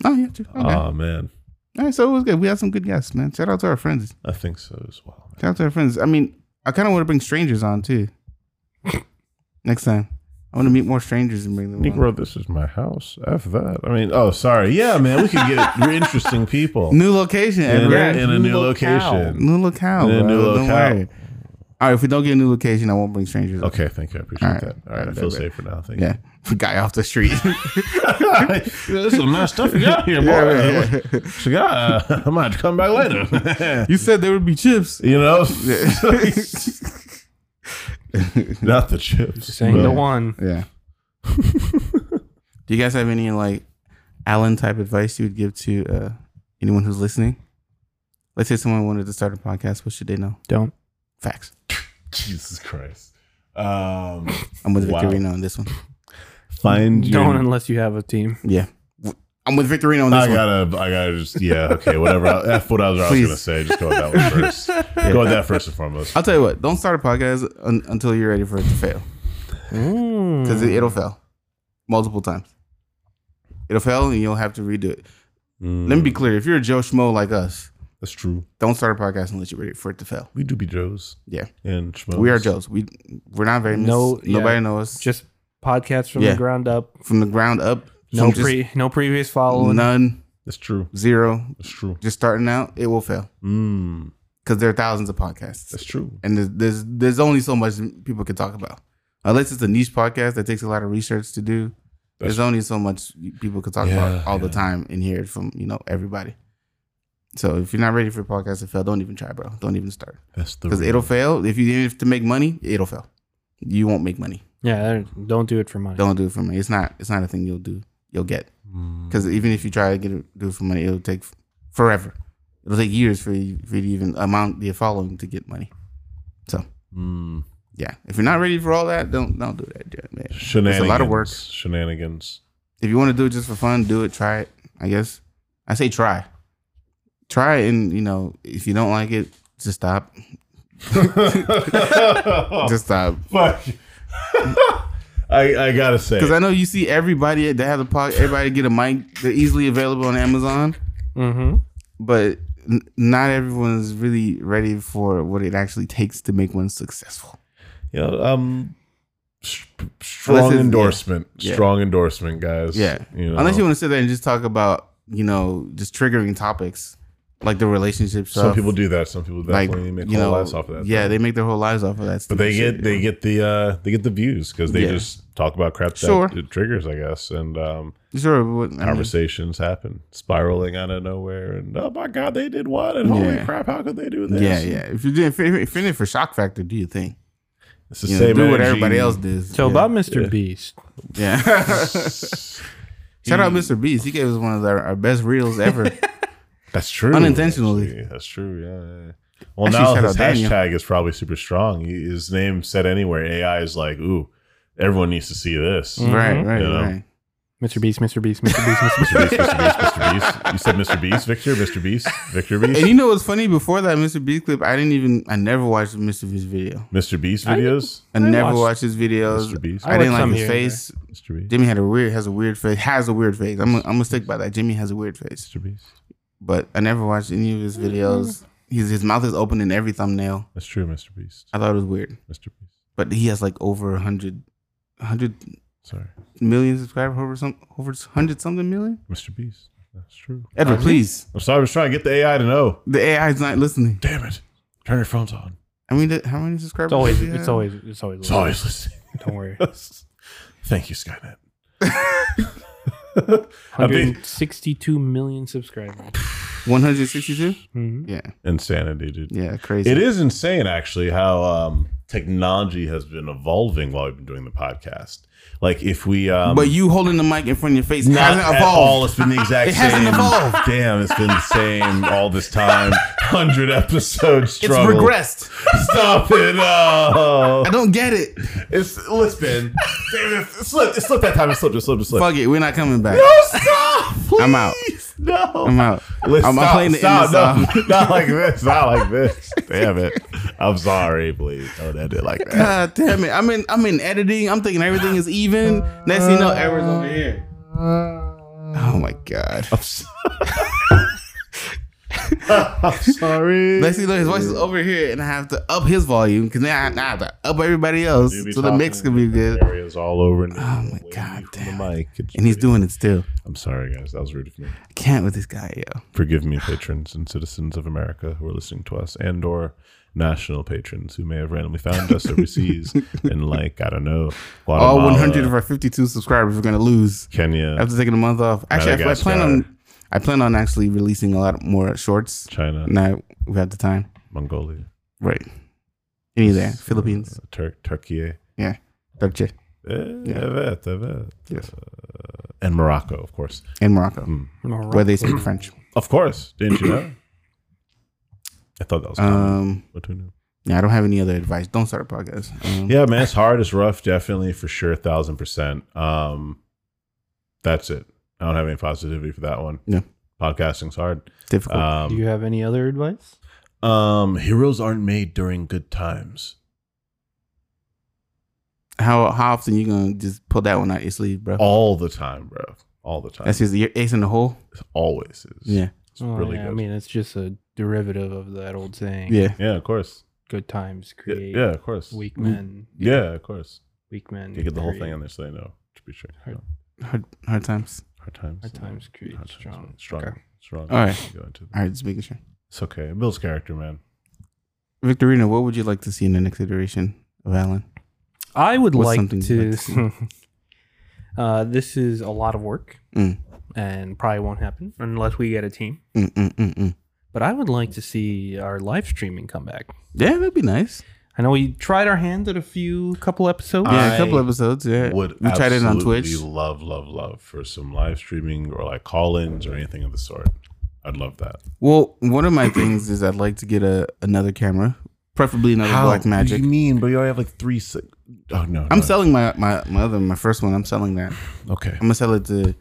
A: Oh yeah. true. Okay.
C: Oh man,
A: All right, so it was good. We had some good guests, man. Shout out to our friends.
C: I think so as well. man.
A: Shout out to our friends. I mean, I kind of want to bring strangers on too. Next time, I want to meet more strangers and bring them. on.
C: Negro, this is my house. F that. I mean, oh, sorry. Yeah, man, we could get we're interesting people
A: New location,
C: in,
A: Everett.
C: in a
B: new
C: new
B: locale.
C: location.
A: New locale.
C: Yeah,
A: bro.
C: new
A: Don't
C: locale.
A: worry. All right, if we don't get a new location, I won't bring strangers. on.
C: Okay, thank you. I appreciate
A: All right.
C: that. All right, I feel safer now. Thank
A: Yeah, guy off the street.
C: you. Yeah, this is some nice stuff you got here, boy.
A: Yeah, yeah, yeah.
C: So, yeah, uh, I might come back later.
A: you said there would be chips.
C: you know,
A: Yeah.
C: not the chips.
B: Saying
C: but-
B: the one.
A: Yeah. Do you guys have any like Alan type advice you would give to uh, anyone who's listening? Let's say someone wanted to start a podcast. What should they know?
B: Don't.
A: Facts.
C: Jesus Christ. Um,
A: I'm with
C: Wow.
A: Victorino on this one.
C: find your
B: Don't unless you have a team.
A: Yeah. W- I'm with Victorino on this
C: I
A: one.
C: gotta, I gotta just, yeah, okay, whatever. I- That's what I was, I was
A: Please.
C: gonna say. Just go with that one first. Go with that first and foremost.
A: I'll tell you what. Don't start a podcast un- until you're ready for it to fail,
C: Hmm.
A: because it, will fail multiple times. It'll fail, and you'll have to redo it. Let me be clear. If you're a Joe Schmo like us,
C: Mm, That's true.
A: don't start a podcast unless you're ready for it to fail.
C: We do be Joes
A: Yeah,
C: and schmoes.
A: we are Joes. We we're not very
B: No-
A: no. Nobody
B: yeah.
A: knows us.
B: Just podcasts from
A: Yeah.
B: the ground up.
A: from the ground up.
B: No
A: from just
B: pre, no previous following.
A: none,
C: That's true.
A: zero,
C: That's true.
A: just starting out. It will fail
C: Mm,
A: because there are thousands of podcasts,
C: that's true.
A: and there's, there's there's only so much people can talk about. Unless it's a niche podcast that takes a lot of research to do,
C: That's-
A: there's only so much people could talk
C: Yeah,
A: about all the
C: yeah.
A: time and hear it from you know everybody. So if you're not ready for a podcast to fail, don't even try, bro. Don't even start
C: That's the
A: because
C: real-
A: it'll fail. If you have to make money, it'll fail. You won't make money.
B: Yeah, don't do it for money.
A: Don't do it for money. It's not. It's not a thing you'll do. You'll get.
C: Mm.
A: because even if you try to get it, do it for money, it'll take forever. It'll take years for you, for you to even amount the following to get money. So
C: Mm,
A: yeah, if you're not ready for all that, don't don't do that, dude, man.
C: shenanigans.
A: It's a lot of work.
C: Shenanigans.
A: If you want to do it just for fun, do it. Try it. I guess I say try, try it, and you know if you don't like it, just stop. Just stop.
C: Fuck. I I gotta say.
A: Because I know you see everybody that has a pod, everybody get a mic. They're easily available on Amazon.
B: Mm-hmm.
A: but n- not everyone is really ready for what it actually takes to make one successful.
C: you know, um, s- strong
A: it's- yeah.
C: endorsement,
A: Yeah.
C: strong endorsement, guys.
A: Yeah.
C: you know,
A: Unless you want to sit there and just talk about, you know, just triggering topics like the relationship stuff.
C: Some people do that. Some people
A: like
C: definitely make
A: you
C: whole
A: know,
C: lives off of that.
A: yeah,
C: thing.
A: they make their whole lives off of that.
C: but they
A: stupid
C: get
A: shit.
C: they get the uh they get the views because they
A: Yeah.
C: just talk about crap that
A: Sure. Mm-hmm.
C: it triggers, I guess, and um
A: sure. but what- I mean,
C: conversations happen spiraling out of nowhere. And oh my god, they did what? And holy
A: Yeah.
C: crap, how could they do this?
A: yeah, yeah. If you're doing- if you're- if you're in it for shock factor, do your thing.
C: It's the
A: You know,
C: same.
A: do what
C: energy.
A: everybody else does.
B: So
A: yeah.
B: about Mr.
C: Yeah.
B: Beast,
A: yeah. Shout out Mr. Beast. He gave us one of our, our best reels ever.
C: That's true.
A: Unintentionally.
C: Actually, That's true. Yeah. yeah. Well,
A: Actually,
C: now
A: shout
C: his
A: out Daniel.
C: hashtag is probably super strong. He, his name said anywhere. AI is like, ooh, everyone needs to see this.
B: Mhm.
A: Mm. Right, right,
C: You know?
A: right.
B: Mr. Beast, Mr. Beast, Mr. Beast, Mr.
C: Mr. Beast, Mr. Beast, Mr. Beast. You said Mr. Beast, Victor, Mr. Beast, Victor
A: And
C: Beast,
A: you know what's funny? Before that Mr. Beast clip, I didn't even. I never watched the Mr. Beast video.
C: Mr. Beast
B: I-
C: videos.
A: I,
B: I
A: never
B: watched-
A: watched, his videos.
C: Mr. Beast,
A: I,
B: I
A: didn't like
B: watched some
A: his
B: here and
A: face.
C: Mr. Beast,
A: Jimmy had a weird has a weird face. Has a weird face. I'm I'm gonna stick by that. Jimmy has a weird face.
C: Mr. Beast.
A: But I never watched any of
B: Mm-hmm.
A: his videos. His his mouth is open in every thumbnail.
C: That's true, Mr. Beast,
A: I thought it was weird.
C: Mr. Beast.
A: But he has like over 100, 100
C: Sorry,
A: million subscribers, over some over hundred something million.
C: Mr. Beast. That's true.
A: Edward, please.
C: I'm sorry. I was trying to get the AI to know.
A: The AI is not listening.
C: Damn it! Turn your phones on.
A: I mean, that- how many subscribers?
B: It's always,
A: does he
B: it's
A: have?
B: always, it's always.
C: It's always listening.
B: Don't worry.
C: Thank you, Skynet. I think
B: 162 million subscribers.
A: 162.
B: Mhm.
A: Yeah,
C: insanity, dude.
A: yeah, crazy.
C: It is insane, actually, how um, technology has been evolving while we've been doing the podcast. Like, if we, um,
A: but you holding the mic in front of your face
C: not
A: hasn't
C: at all,
A: evolved.
C: it's been the exact
A: It
C: same.
A: hasn't evolved.
C: Damn, it's been the same all this time. Hundred episodes.
A: It's
C: Struggle.
A: regressed.
C: Stop it! Oh,
A: I don't get it.
C: it's listen. Damn, it slipped. It slipped that time. It slipped. It slipped. It slipped.
A: Fuck it. We're not coming back.
C: Stop!
A: I'm out.
C: please. No.
A: I'm out.
C: Let's
A: I'm, I'm
C: stop,
A: playing the
C: stop,
A: end of the song.
C: no, not like this. Not like this. Damn it. I'm sorry, please. Don't end it like that.
A: God Ah, damn it. I'm in I'm in editing. I'm thinking everything is even. Next thing you know, errors over here. Oh my god.
C: I'm, so- I'm sorry.
A: Next thing you know, his voice is over here, and I have to up his volume because now, I- now I have to up everybody else
C: You be
A: so the mix
C: talking
A: can be good.
C: Areas all over. And
A: Oh my god, damn.
C: The mic. It's
A: And he's
C: rude.
A: doing it still.
C: I'm sorry, guys. That was rude of me.
A: I can't with this guy, yo.
C: Forgive me, patrons and citizens of America who are listening to us, and/or national patrons who may have randomly found us overseas and like I don't know,
A: All
C: Guatemala,
A: 100 of our 52 subscribers we're gonna lose
C: Kenya,
A: after taking a month off. Actually, I, I plan on I plan on actually releasing a lot more shorts
C: China,
A: now we have the time.
C: Mongolia.
A: Right. Any there, Philippines.
C: Uh, Tur- Turkey.
A: Yeah. Turkey
C: Eh,
A: Yeah.
C: evet, evet.
A: Yes.
C: Uh, and Morocco, of course.
A: and Morocco,
C: Mm.
A: where they speak French.
C: Of course. Didn't you know? I thought that was common.
A: Um,
C: But who knew?
A: yeah, I don't have any other advice. Don't start a podcast. Um,
C: Yeah, man, it's hard. It's rough, definitely, for sure. Thousand percent. Um, that's it. I don't have any positivity for that one.
A: No.
C: Podcasting's hard.
A: difficult.
B: Do
C: Um,
B: you have any other advice?
C: um, heroes aren't made during good times.
A: how how often you gonna just pull that one out your sleeve, bro?
C: All the time, bro. All the time.
A: That's just your ace in the hole.
C: It always is.
A: Yeah,
C: It's really
B: Oh, yeah,
C: good.
B: I mean, it's just a derivative of that old saying.
A: yeah.
C: yeah, of course.
B: Good times
C: Yeah,
B: create
C: yeah, of course.
B: weak men.
C: Yeah, of course.
B: Weak men.
C: You get the whole thing
B: create-
C: on there so they know. To be sure.
B: Hard-
A: Hard hard times.
C: Hard times.
B: Hard times create strong.
C: Strong.
B: Okay.
C: Strong.
A: All right.
C: Go into that.
A: All right, just making sure.
C: It's okay. It builds character, man.
A: Victorina, what would you like to see in the next iteration of Alan?
B: I would
A: What's
B: like
A: something you'd
B: to.
A: like to
B: uh, this is a lot of work
A: Mm.
B: and probably won't happen unless we get a team.
A: Mm, mm, mm, mm.
B: But I would like to see our live streaming come back.
A: Yeah, that'd be nice.
B: I know we tried our hand at a few couple episodes.
A: Yeah, a couple
C: I
A: episodes. Yeah,
C: Would
A: we tried it on Twitch.
C: absolutely Love, love, love for some live streaming or like call-ins or anything of the sort. I'd love that.
A: Well, one of my things is I'd like to get a another camera, preferably another Black Magic.
C: mean? But you already have like three. Si- oh no,
A: I'm
C: no.
A: selling my, my my other my first one. I'm selling that.
C: Okay.
A: I'm gonna sell it to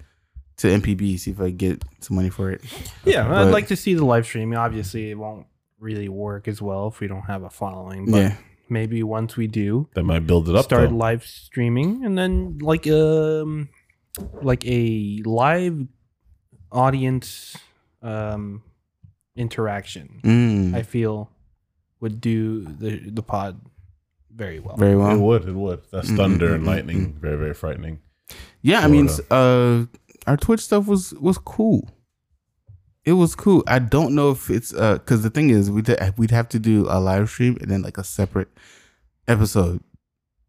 A: to MPB. See if I can get some money for it.
B: Yeah,
A: But-
B: I'd like to see the live stream. Obviously, it won't really work as well if we don't have a following. But
A: yeah,
B: maybe once we do,
C: That might build it up.
B: start
C: though.
B: live streaming, and then like um, like a live audience um interaction.
A: mm,
B: I feel would do the the pod very well.
A: very
C: It
A: well.
C: would. It would. That's
A: Mm,
C: thunder
A: mm,
C: and
A: mm,
C: lightning. Very, very frightening.
A: Yeah, I mean,
C: Sorta.
A: uh, our Twitch stuff was was cool. It was cool. I don't know if it's uh because the thing is we'd we'd have to do a live stream and then like a separate episode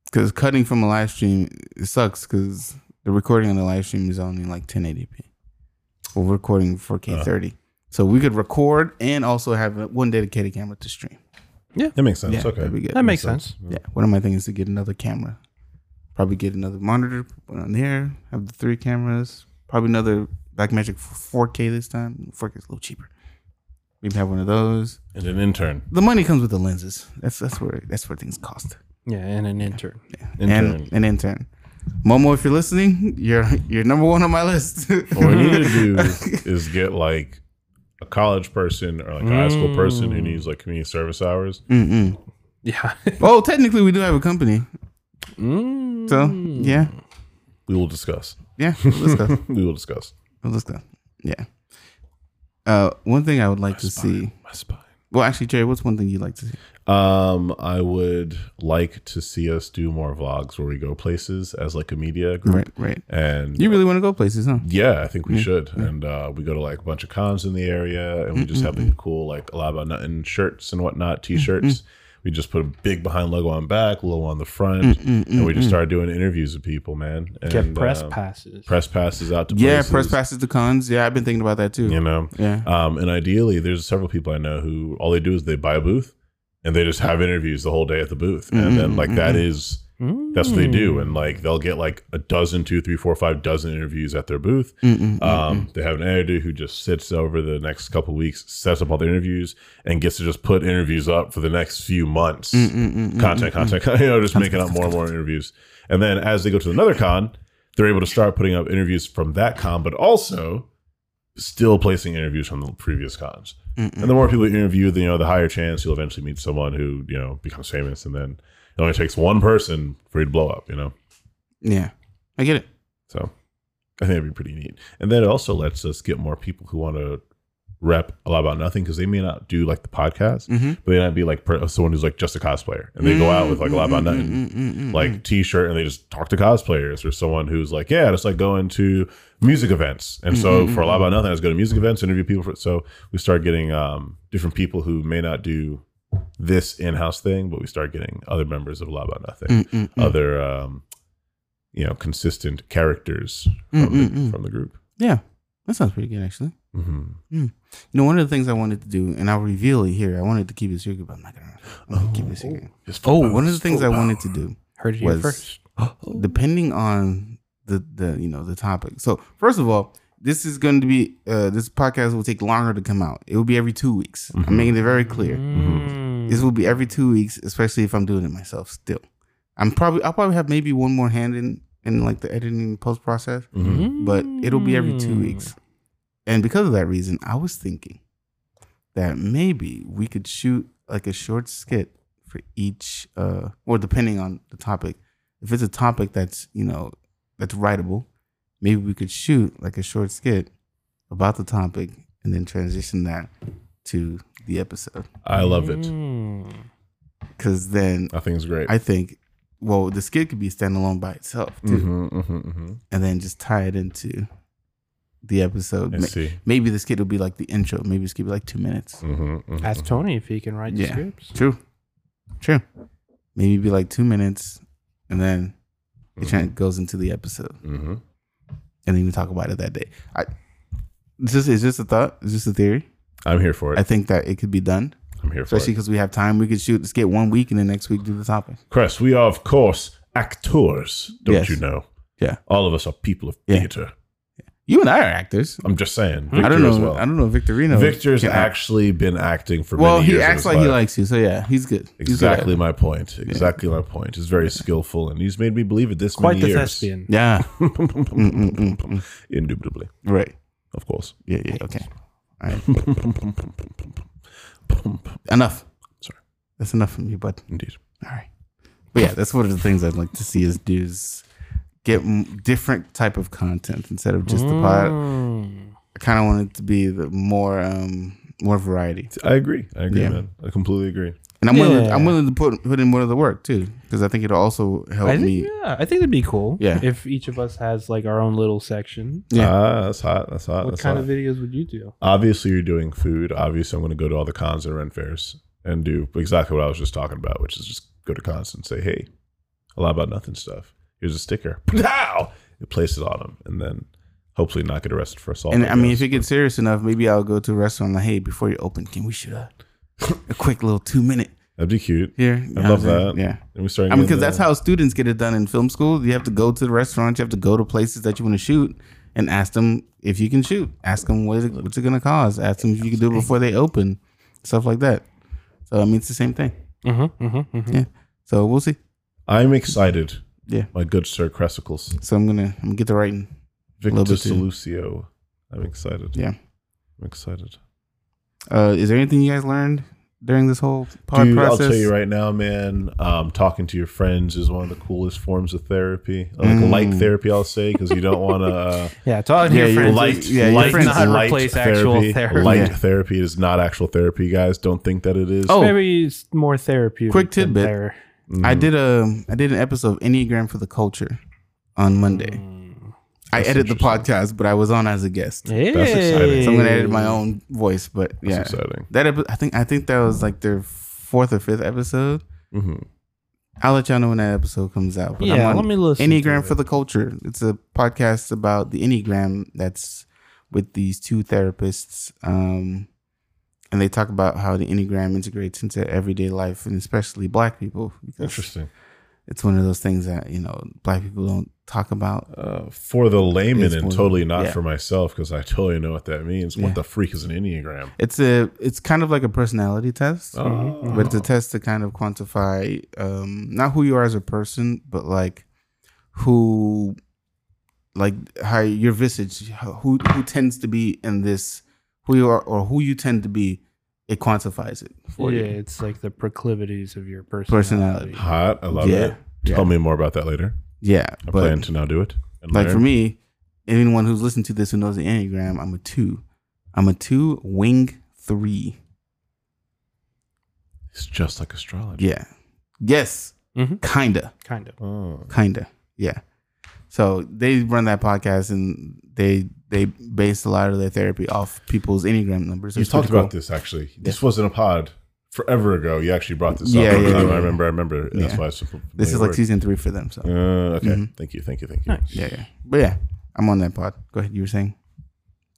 A: because cutting from a live stream it sucks because the recording on the live stream is only like 1080p. We're recording 4K 30, so we could record and also have one dedicated camera to stream.
C: That makes sense.
A: Yeah,
C: okay.
A: that'd be good.
B: That makes sense.
A: Yeah, one of my things is to get another camera. Probably get another monitor, put one on there, have the three cameras. Probably another Blackmagic 4K this time. 4K is a little cheaper. Maybe have one of those.
C: And an intern.
A: The money comes with the lenses. That's that's where that's where things cost.
B: Yeah, and an intern.
A: And an intern. Momo, if you're listening, you're you're number one on my list.
C: what we need to do is, is get like a college person or like a high school person who needs like community service hours.
A: Mm-mm.
B: Yeah. Mm.
A: Well, technically, we do have a company. So yeah,
C: We will discuss.
A: yeah. Let's go.
C: we will discuss.
A: Let's go. Yeah. Uh, one thing I would like to see.
C: My spine.
A: Well, actually, Jerry, what's one thing you'd like to see?
C: Um, I would like to see us do more vlogs where we go places as like a media group.
A: Right, right.
C: And
A: You really want to go places, huh?
C: Yeah, I think we should. And uh, we go to like a bunch of cons in the area and we just have like cool, like a lot about nothing shirts and whatnot, t shirts. We just put a big behind logo on back, low on the front, and we just started doing interviews with people, man. And,
B: Get press
A: uh,
C: um,
B: passes.
C: press passes out to
A: Yeah,
C: places,
A: press passes to cons. Yeah, I've been thinking about that too.
C: You know,
A: Yeah.
C: um, and ideally, there's several people I know who all they do is they buy a booth and they just have interviews the whole day at the booth, and then like that is that's what they do, and like they'll get like a dozen, two, three, four, five dozen interviews at their booth.
A: Mm-hmm.
C: Um, they have an editor who just sits over the next couple weeks, sets up all the interviews, and gets to just put interviews up for the next few months.
A: Mm-hmm.
C: Content, content, content, you know, just making up more and more interviews, and then as they go to another con, they're able to start putting up interviews from that con, but also still placing interviews from the previous cons. And the more people you interview, the you know the higher chance you'll eventually meet someone who you know becomes famous, and then it only takes one person for you to blow up. You know,
A: yeah. I get it.
C: so I think that'd be pretty neat. And then it also lets us get more people who want to rep a lot about nothing because they may not do like the podcast,
A: Mm-hmm.
C: but they might be like per- someone who's like just a cosplayer, and they go out with like a lot about nothing
A: Mm-hmm.
C: like t-shirt and they just talk to cosplayers or someone who's like yeah it's like going to music events and
A: Mm-hmm,
C: so for a lot about nothing i was going to music events interview people for, so we start getting um, different people who may not do this in-house thing but we start getting other members of a lot about
A: Mm-hmm.
C: nothing other um, you know consistent characters from,
A: Mm-hmm,
C: the, from the group
A: Yeah. That sounds pretty good, actually.
C: hmm
A: You know, one of the things I wanted to do, and I'll reveal it here. I wanted to keep it secret, but I'm not gonna, I'm gonna keep it secret. Oh, one of the things I wanted to do
B: Mm. Heard it here
A: was
B: first.
A: depending on the the you know the topic. So first of all, this is going to be uh, this podcast will take longer to come out. It will be every two weeks. I'm making it very clear.
B: Mm.
A: Mm-hmm. This will be every two weeks, especially if I'm doing it myself. Still, I'm probably I'll probably have maybe one more hand in in like the editing post process,
C: Mm-hmm.
A: Mm-hmm. but it'll be every
B: Hmm.
A: two weeks. And because of that reason, I was thinking that maybe we could shoot like a short skit for each, uh, or depending on the topic. If it's a topic that's you know that's writable, maybe we could shoot like a short skit about the topic and then transition that to the episode.
C: i love it
B: Mm.
A: Because then
C: i think it's great
A: I think, well, the skit could be standalone by itself too,
C: Mhm, mhm, mhm.
A: and then just tie it into the episode.
C: I
A: Ma-
C: see.
A: Maybe the skit will be like the intro. Maybe it's gonna be like two minutes.
C: Mhm, mhm.
B: Ask Tony if he can write the
A: Yeah.
B: scripts.
A: True. True. Maybe it'd be like two minutes and then
C: Mm-hmm.
A: it kind of goes into the episode.
C: Mhm.
A: And then we talk about it that day. I it's just it's just a thought, it's just a theory.
C: i'm here for it
A: I think that it could be done.
C: i'm here for
A: Especially
C: it
A: because we have time. We could shoot let's get one week and then next week do the topic.
C: chris we are of course actors don't
A: Yes.
C: you know
A: Yeah.
C: all of us are people of
A: Yeah.
C: theater
A: You and I are actors.
C: I'm just saying. Victor
A: I don't
C: As
A: know.
C: well.
A: I don't know Victorino.
C: Victor's
A: can act.
C: actually been acting for
A: Well,
C: many
A: he
C: years of
A: acts
C: his
A: like he
C: life.
A: likes you, so yeah, he's good. He's good at
C: Exactly
A: it.
C: my point. Exactly my point. He's very skillful, and he's made me believe it this
B: Quite the
C: many years.
B: thespian.
A: Yeah.
C: Indubitably,
A: Right.
C: of course.
A: Yeah, yeah, okay. All right. enough.
C: Sorry.
A: That's enough from you, bud.
C: Indeed.
A: All right. But yeah, that's one of the things I'd like to see is dudes get m- different type of content instead of just the pod.
B: Mm.
A: I kind of want it to be the more um more variety.
C: I agree. I agree,
A: Yeah.
C: man. I completely agree.
A: And I'm willing.
B: Yeah.
A: I'm willing to put put in more of the work too, because I think it'll also help
B: I think
A: me.
B: yeah, I think it'd be cool.
A: Yeah.
B: If each of us has like our own little section.
A: Yeah.
C: Ah, that's hot. That's
A: Oh,
C: hot.
B: What
C: that's
B: kind
C: hot.
B: of videos would you do?
C: Obviously, you're doing food. Obviously, I'm going to go to all the cons and rent fairs and do exactly what I was just talking about, which is just go to cons and say, "Hey, a lot about nothing stuff. Here's a sticker. Pow! It places on them, and then hopefully not get arrested for assault.
A: And I mean, if
C: guess.
A: it gets serious enough, maybe I'll go to a restaurant. Like, hey, before you open, can we shoot a, a quick little two minute
C: that'd be cute.
A: here? You know
C: love
A: what I'm saying?
C: that.
A: Yeah.
C: And we starting.
A: I mean,
C: in
A: because
C: the-
A: that's how students get it done in film school. You have to go to the restaurants. You have to go to places that you want to shoot and ask them if you can shoot. Ask them what is it, what's it going to cost. Ask them if you can do it before they open. Stuff like that. So I mean, it's the same thing.
B: Mm-hmm, mm-hmm, mm-hmm.
A: Yeah. So we'll see.
C: I'm excited.
A: Yeah.
C: my good sir Cressicles,
A: So I'm gonna I'm gonna get the writing.
C: Victor
A: bit too.
C: Salucio. I'm excited.
A: Yeah.
C: I'm excited.
A: Uh, is there anything you guys learned during this whole pod
C: Dude,
A: process?
C: I'll tell you right now, man. Um, talking to your friends is one of the coolest forms of therapy, uh, like
A: Mm.
C: light therapy, I'll say, because you don't want to uh,
B: Yeah, talking to
A: Yeah,
B: your
A: you
B: friends.
A: like-
B: is-
A: yeah, your
B: does
A: friends
B: not replace actual therapy.
C: Light
A: Yeah.
C: therapy is not actual therapy, guys. Don't think that it is.
A: Oh.
B: Maybe it's more therapeutic.
A: Quick
B: than
A: tidbit.
B: ther-
C: Mhm.
A: I did a I did an episode of Enneagram for the Culture on Monday.
B: Mm.
A: I
C: That's
A: edit the
C: interesting.
A: podcast, but I was on as a guest.
C: exciting.
A: So I'm gonna
B: Hey.
A: edit my own voice, but
C: That's
A: yeah,
C: exciting.
A: that epi- I think I think that was like their fourth or fifth episode.
C: hmm
A: I'll let y'all know when that episode comes out. But
B: Yeah,
A: I'm
B: let
A: on
B: me listen.
A: Enneagram
B: to
A: for
B: it.
A: the Culture. It's a podcast about the Enneagram that's with these two therapists, um, and they talk about how the Enneagram integrates into everyday life and especially Black people. Because
C: Interesting.
A: it's one of those things that you know Black people don't talk about.
C: Uh, for the layman
A: It's
C: and
A: one-
C: totally not
A: yeah.
C: for myself, because I totally know what that means.
A: Yeah.
C: What the freak is an enneagram?
A: It's a it's kind of like a personality test.
C: Oh.
A: but it's a test to kind of quantify um not who you are as a person but like who like how your visage who who tends to be in this who you are or who you tend to be it quantifies it for
B: yeah,
A: you
B: it's like the proclivities of your personality.
C: Hot. I love
A: yeah
C: it.
A: yeah,
C: Tell me more about that later.
A: yeah
C: I plan
A: but
C: to now do it. and
A: like for
C: learn.
A: me anyone who's listened to this who knows the enneagram i'm a two i'm a two wing three
C: it's just like astrology.
A: yeah yes
C: Mm-hmm.
B: Mhm.
A: kinda
B: Kind of.
C: Oh.
A: kinda yeah so they run that podcast and they they base a lot of their therapy off people's enneagram numbers
C: You
A: It's
C: talked
A: pretty
C: about
A: cool.
C: this actually. This wasn't a pod forever ago. You actually brought this
A: Yeah,
C: up.
A: yeah,
C: I
A: yeah.
C: remember. I remember. That's
A: Yeah.
C: why it's a
A: this is like
C: familiar
A: season three for them so
C: word. Uh, okay.
A: Mhm.
C: Thank you. Thank you. Thank you.
B: Nice.
A: yeah yeah but yeah i'm on that pod go ahead you were saying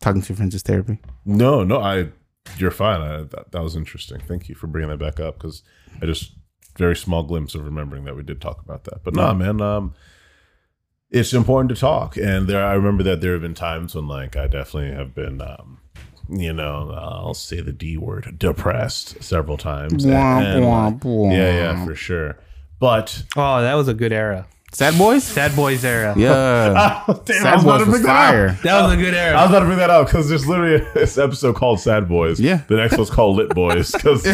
A: talking to your friends is therapy
C: No, no. I. You're fine. I, that, that was interesting. Thank you for bringing that back up because I just very small glimpse of remembering that we did talk about that. But nah, man. Um, it's important to talk, and there. I remember that there have been times when, like, I definitely have been. Um, you know, I'll say the D word, depressed, several times. and- and, like,
A: Womp, womp,
C: Yeah, yeah,
A: womp.
C: for sure. But
B: Oh, that was a good era.
A: sad boys
B: Sad Boys era.
A: yeah
C: oh, damn, I
A: sad
C: was about to
A: boys was
C: bring that up.
A: fire
B: That was a good
C: I
B: era.
C: was about to bring that up because there's literally this episode called Sad Boys.
A: Yeah.
C: The next one's called Lit Boys because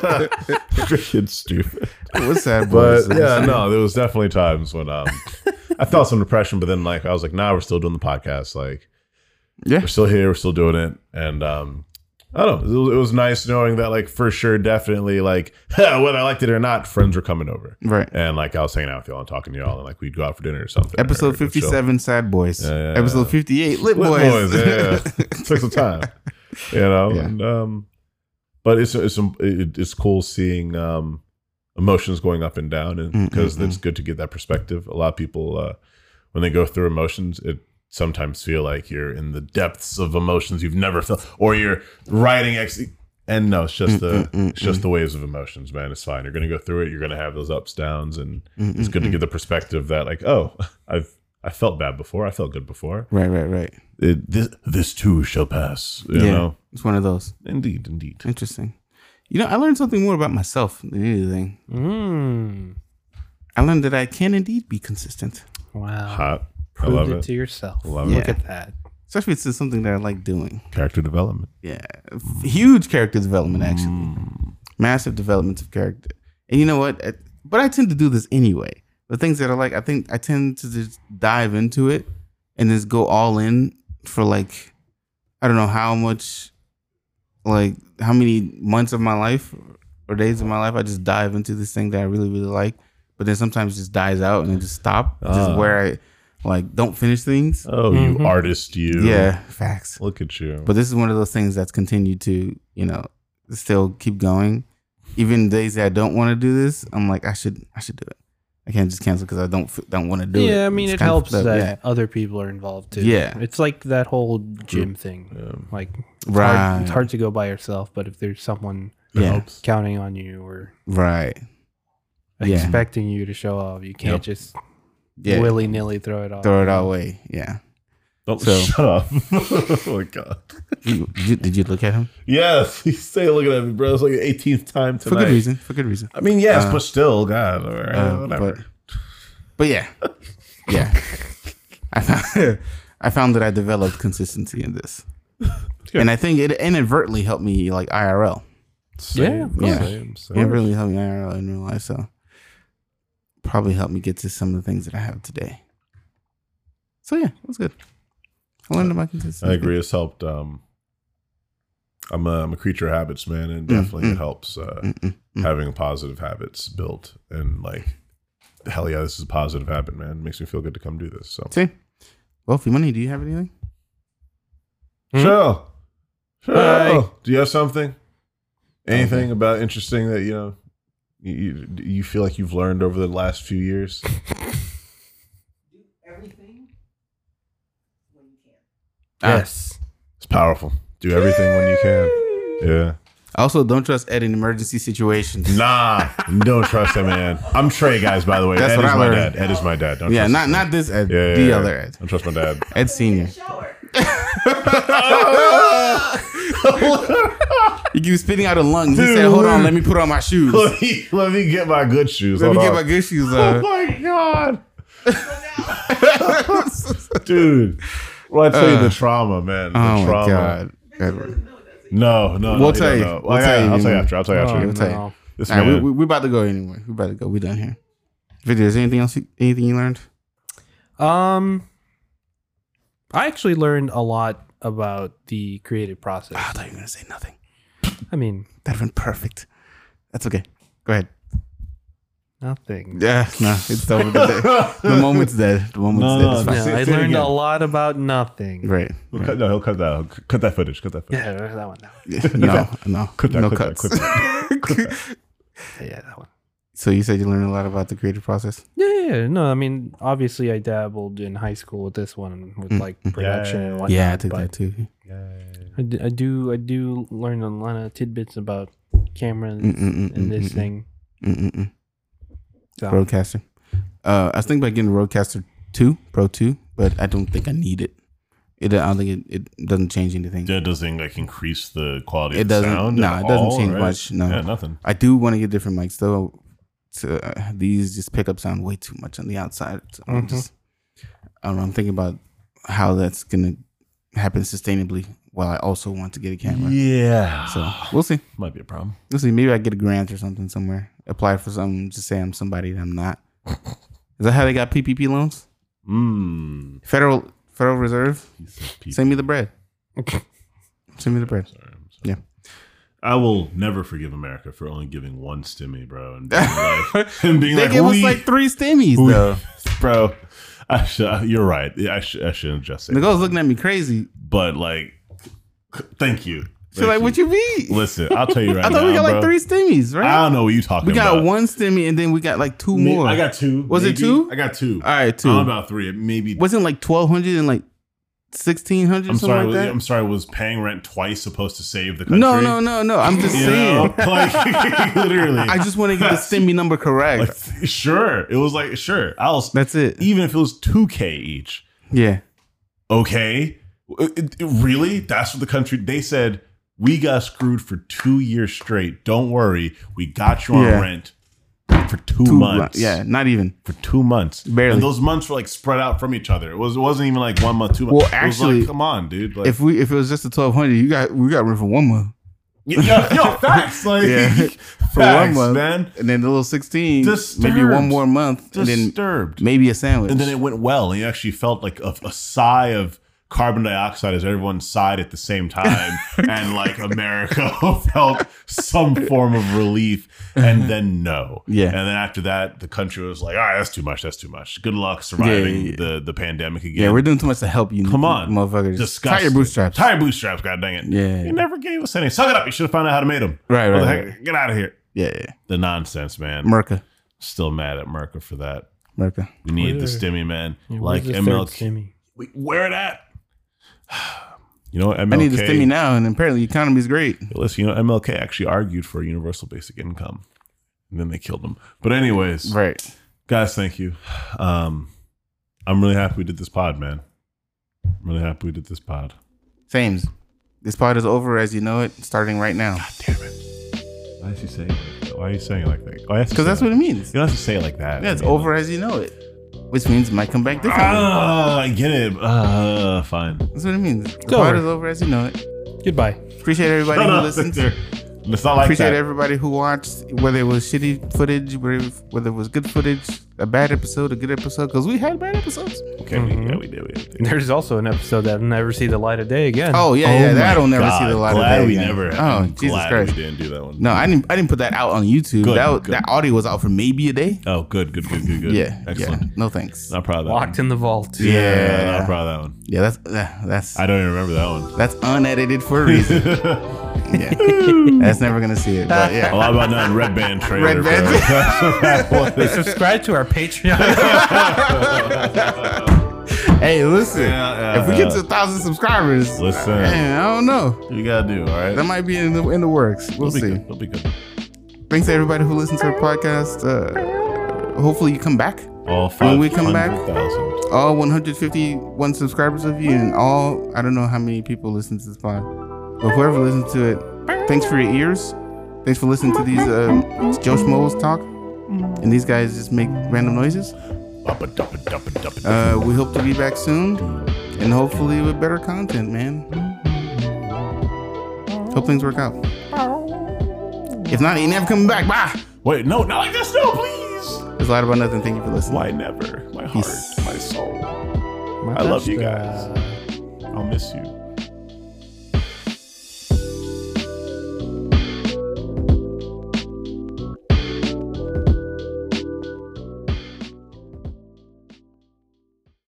C: freaking stupid.
A: it was sad boys
C: But yeah, no, there was definitely times when um, I felt some depression, but then like I was like, nah, we're still doing the podcast. Like
A: yeah
C: we're still here, we're still doing it, and um. I don't know. It was, it was nice knowing that, like, for sure, definitely, like, whether I liked it or not, friends were coming over.
A: right
C: And, like, I was hanging out with y'all and talking to y'all, and, like, we'd go out for dinner or something. or
A: episode
C: we'd chill.
A: 57 sad boys
C: Yeah.
A: episode 58 lit
C: Lit
A: boys,
C: boys, yeah. took some time, you know.
A: Yeah.
C: And, um, but it's it's it- it's cool seeing um, emotions going up and down, and
A: Mm,
C: because
A: mm,
C: it's good to get that perspective. A lot of people uh, when they go through emotions, it sometimes feel like you're in the depths of emotions you've never felt, or you're riding ex. And no, it's just the
A: Mm, mm, mm,
C: it's just the waves of emotions, man. It's fine. You're gonna go through it. You're gonna have those ups downs, and
A: Mm,
C: it's
A: mm,
C: good to
A: mm.
C: get the perspective that like, oh, I've I felt bad before. I felt good before
A: right right right
C: it, this this too shall pass. You
A: Yeah.
C: know,
A: it's one of those
C: indeed, indeed.
A: interesting you know i learned something more about myself than anything
B: Mm.
A: I learned that I can indeed be consistent,
B: Wow.
C: Hot, I
B: Prove
C: love
B: it,
C: it.
B: to yourself.
C: Love
B: Look
A: it.
B: at that.
A: especially if it's something that I like doing.
C: Character development.
A: Yeah, F- huge character development actually, massive developments of character. And you know what? I- But I tend to do this anyway. The things that I like, I think I tend to just dive into it and just go all in for like, I don't know how much, like how many months of my life or or days of my life, I just dive into this thing that I really, really like. But then sometimes it just dies out and it just stop. This
C: Ah.
A: is where I like don't finish things.
C: Oh,
B: Mhm.
C: you artist, you.
A: Mm-hmm. Yeah, facts.
C: Look at you.
A: But this is one of those things that's continued to, you know, still keep going. Even days that I don't want to do this, I'm like, I should, I should do it. I can't just cancel because I don't, f- don't want to do it.
B: yeah, I mean,
A: It's
B: it
A: kind of
B: helps
A: fucked
B: that
A: up.
B: other people are involved too.
A: Yeah.
B: It's like that whole gym thing.
C: Um,
B: Like,
A: Yeah.
B: it's hard-
A: right,
B: it's hard to go by yourself, but if there's someone
C: that
A: Yeah.
C: helps.
B: counting on you or
A: right, Yeah.
B: expecting you to show up, you can't
C: Yep.
B: just
A: yeah.
B: willy nilly throw it off.
A: Throw it all away. Yeah.
C: Don't
A: So-
C: shut up. oh my god.
A: You- did, you, did you look at him
C: Yes, he's stay looking at me, bro. It's like the eighteenth time
A: for good
C: tonight.
A: reason? For good reason.
C: I mean, yes,
A: Uh,
C: but still, God, all right,
A: Uh,
C: whatever.
A: but, but yeah, yeah. I found, I found that I developed consistency in this,
C: Good.
A: and I think it inadvertently helped me like IRL.
B: Yeah, of
A: course.
C: Same, same.
A: It really helped me IRL in real life, so probably helped me get to some of the things that I have today. So yeah, it was good. I learned about consistency.
C: I agree. It's helped. Um, I'm a, I'm a creature of habits, man,
A: Mm,
C: and definitely it helps uh, having positive habits built and like, hell yeah, this is a positive habit, man. makes me feel good to come do this. So,
A: See, wealthy money. Do you have anything?
B: Hmm?
C: Cheryl, Cheryl,
B: Hi.
C: do you have something? Anything about interesting that you know you, you you feel like you've learned over the last few years?
A: Ah,
B: Yes.
C: It's powerful. Do everything when you can. Yeah.
A: Also, don't trust Ed in emergency situations.
C: Nah, don't trust that man. I'm Trey, guys. By the way,
A: That's
C: Ed
A: what
C: is
A: I
C: my
A: learned.
C: dad. Ed is my dad. Don't
A: yeah,
C: trust
A: not
C: this
A: not
C: man.
A: this Ed.
C: Yeah, yeah,
A: the
C: yeah.
A: other Ed.
C: Don't trust my dad.
A: Ed Senior. You keep spitting out a lung. He said, "Hold on, let me put on my shoes. Let
C: let me let me get my good shoes.
A: me
C: Hold
A: get
C: on.
A: my good shoes
C: oh
A: on."
C: my god, Uh, dude! Well, I tell you
A: Uh,
C: the trauma, man. The
A: Oh my
C: trauma.
A: god, Edward.
C: No, no.
A: We'll
C: no,
A: tell
C: don't
A: you.
C: know.
A: We'll
C: I-
A: tell you
C: I'll tell you
A: anyway.
C: after. I'll tell you after.
A: We'll
B: Oh,
A: take it.
B: no.
C: This
A: All right, we,
C: man.
A: we, we about to go anyway. We about to go. We done here. Video. Is there anything else? you- Anything you learned?
B: Um, I actually learned a lot about the creative process.
A: I thought you were gonna say nothing.
B: I mean,
A: That'd been perfect. That's okay. Go ahead.
B: nothing.
A: Yeah, no, it's over. The, the moment's dead. The moment's
C: No,
A: dead.
C: no,
A: It's
B: No,
A: fine.
C: Say- say
B: I
C: it
B: learned
C: again.
B: a lot about nothing.
A: Right.
C: We'll cut- no, he'll cut that. He'll cut that footage. Cut that footage.
B: Yeah, that one. That
A: No, no,
C: Cut that,
A: no
C: cut that,
A: cuts.
C: cut
B: one. Yeah, that one.
A: so you said you learned a lot about the creative process.
B: Yeah, yeah, yeah. no, I mean, obviously, I dabbled in high school with this one with like production
C: Yeah.
B: and whatnot.
A: Mm. Yeah, I took
B: but
A: that too.
B: I d- I do, I do learn a lot of tidbits about cameras
A: Mm, mm, mm, mm,
B: and this
A: mm,
B: thing. um,
A: Mm-mm-mm.
B: So,
A: Roadcaster. Uh, I was thinking about getting a Roadcaster two, Pro two, but I don't think I need it. It I don't think it, it doesn't change anything.
C: That doesn't like increase the quality.
A: It
C: of the
A: doesn't-
C: Sound
A: no,
C: at
A: it doesn't
C: all,
A: change
C: right?
A: much, no.
C: yeah, nothing.
A: I do want to get different mics though. So, uh, these just pick up sound way too much on the outside. So I'm
B: Mhm.
A: just, I don't know, I'm thinking about how that's gonna happen sustainably. While I also want to get a camera,
C: Yeah.
A: so we'll see.
C: might be a problem.
A: We'll see. Maybe I get a grant or something somewhere. Apply for something. Just say I'm somebody that I'm not. Is that how they got PPP loans?
C: Mmm.
A: Federal Federal Reserve.
C: Piece of pizza.
A: Send me the bread. Send me the bread.
C: Sorry, I'm sorry.
A: Yeah.
C: I will never forgive America for only giving one stimmy, bro, and being like, and being
A: They
C: like,
A: gave
C: we-
A: us like three stimmies
C: we-
A: though.
C: bro. I should, you're right. I, should, I shouldn't just say,
A: The
C: that.
A: girl's looking at me crazy.
C: but like, c- thank you.
A: She's like, "What you mean?
C: Listen, I'll tell you right
A: I thought
C: now,
A: we got
C: bro.
A: like three stimmies, right?
C: I don't know what you talking
A: we got
C: about.
A: one stimmy and then we got like two
C: Me-
A: more.
C: I got two.
A: Was it
C: maybe.
A: two?
C: I got two.
A: all right,
C: I don't
A: two.
C: know about three. Maybe.
A: Wasn't like twelve hundred and like sixteen hundred
C: I'm
A: something
C: sorry.
A: like that.
C: I'm sorry. Was paying rent twice supposed to save the country?
A: no, no, no, no. I'm just
C: You
A: saying.
C: know? like literally.
A: I just want to get the stimmy number correct.
C: Like, sure. It was like, sure. I'll
A: That's it.
C: even if it was 2K each.
A: Yeah.
C: Okay. It- it- it- really? That's what the country they said we got screwed for 2 years straight. Don't worry. We got you on
A: Yeah.
C: rent for 2,
A: Two
C: months.
A: months. Yeah, not even.
C: For 2 months.
A: Barely.
C: And those months were like spread out from each other. It was it wasn't even like 1 month, 2 months.
A: Well,
C: It was
A: actually,
C: like, come on, dude. Like
A: If we if it was just the twelve hundred, you got we got room for one month.
C: yo, yo, facts like
A: Yeah.
C: facts,
A: For one month.
C: man.
A: And then the little sixteen, maybe
C: Disturbed.
A: one more month, and then
C: Disturbed.
A: maybe a sandwich.
C: and then it went well and you actually felt like a, a sigh of carbon dioxide as everyone sighed at the same time, and like America felt some form of relief, and then no,
A: Yeah.
C: and then after that, the country was like, all right, that's too much, that's too much. Good luck surviving
A: yeah, yeah.
C: the the pandemic again.
A: Yeah, we're doing too much to help you.
C: Come on,
A: motherfuckers.
C: Disgusting.
A: Tie your bootstraps.
C: Tie your bootstraps. God dang it.
A: Yeah.
C: You never gave us any. Suck it up. You should have found out how to make them.
A: Right,
C: What the
A: right,
C: heck? Get out of here.
A: Yeah, yeah.
C: The nonsense, man.
A: Merca,
C: Still mad at Merca for that.
A: Merca.
C: We need the
B: Where-
C: stimmy, man.
B: Yeah,
C: like
B: where's the third
C: MLK.
B: stimmy?
C: We- Where it at? You know what? MLK.
A: I need the stimmy now, and apparently the economy's great.
C: Listen, you know MLK actually argued for a universal basic income, and then they killed him. But anyways,
A: Right.
C: guys, thank you. Um, I'm really happy we did this pod, man. I'm really happy we did this pod.
A: Same. This part is over as you know it, starting right now.
C: Why is he saying? it like that? Why are you saying it like that? Why is he
A: Because that's
C: saying
A: what it means.
C: You don't have to say it like that.
A: Yeah, it's
C: I mean,
A: over as you know it, which means it might come back differently.
C: Ah, I get it. Ah, fine.
A: That's what it means. The
B: over.
A: part is over as you know it.
B: Goodbye.
A: Appreciate everybody
C: Shut
A: who
C: up,
A: listens.
C: Victor. It's not like
A: Appreciate
C: that.
A: everybody who watched, whether it was shitty footage, whether whether it was good footage, a bad episode, a good episode, because we had bad episodes.
C: Okay, we,
A: Mm-hmm.
C: yeah, we did. We did.
B: There's also an episode that'll never see the light of day again.
A: Oh yeah,
C: Oh
A: yeah,
C: my
A: that'll never see
C: God.
A: the light
C: glad
A: of day.
C: we
A: again.
C: never.
A: Oh
C: I'm
A: Jesus
C: glad
A: Christ!
C: We didn't do that one.
A: No, I didn't. I didn't put that out on YouTube.
C: Good,
A: that was,
C: good.
A: that audio was out for maybe a day.
C: Oh, good, good, good, good, good.
A: yeah,
C: excellent.
A: yeah. No thanks.
C: Not proud of that.
B: Locked
C: one.
B: in the vault.
A: Yeah.
C: Yeah, not proud of that one.
A: Yeah, that's uh, that's
C: I don't even remember that one.
A: that's unedited for a reason. yeah, that's never gonna see it. But
C: A
A: yeah,
C: lot about that red band trailer.
A: Red Band.
C: bro. That's what that was.
B: Subscribe to our Patreon.
C: Oh.
A: hey, listen.
C: Yeah, yeah,
A: if we get
C: yeah.
A: to a thousand subscribers,
C: Uh, Listen.
A: man, I don't know.
C: you gotta do all right.
A: That might be in the in the works. We'll
C: It'll be
A: see.
C: good. It'll be good.
A: Thanks to everybody who listens to our podcast. Uh, hopefully, you come back.
C: All
A: When
C: five.
A: we come back- all 151 subscribers of you and all I don't know how many people listen to this pod, but whoever listens to it, thanks for your ears. Thanks for listening to these um, it's Joe Schmoes talk, and these guys just make random noises. Uh, we hope to be back soon, and hopefully with better content, man. Hope things work out. If not, you ain't never coming back. Bye.
C: Wait, no, not like this. No, please.
A: It's a lot about nothing. Thank you for listening.
C: Why never? My heart,
A: Peace.
B: uh,
C: my soul. I love you guys. I'll miss you.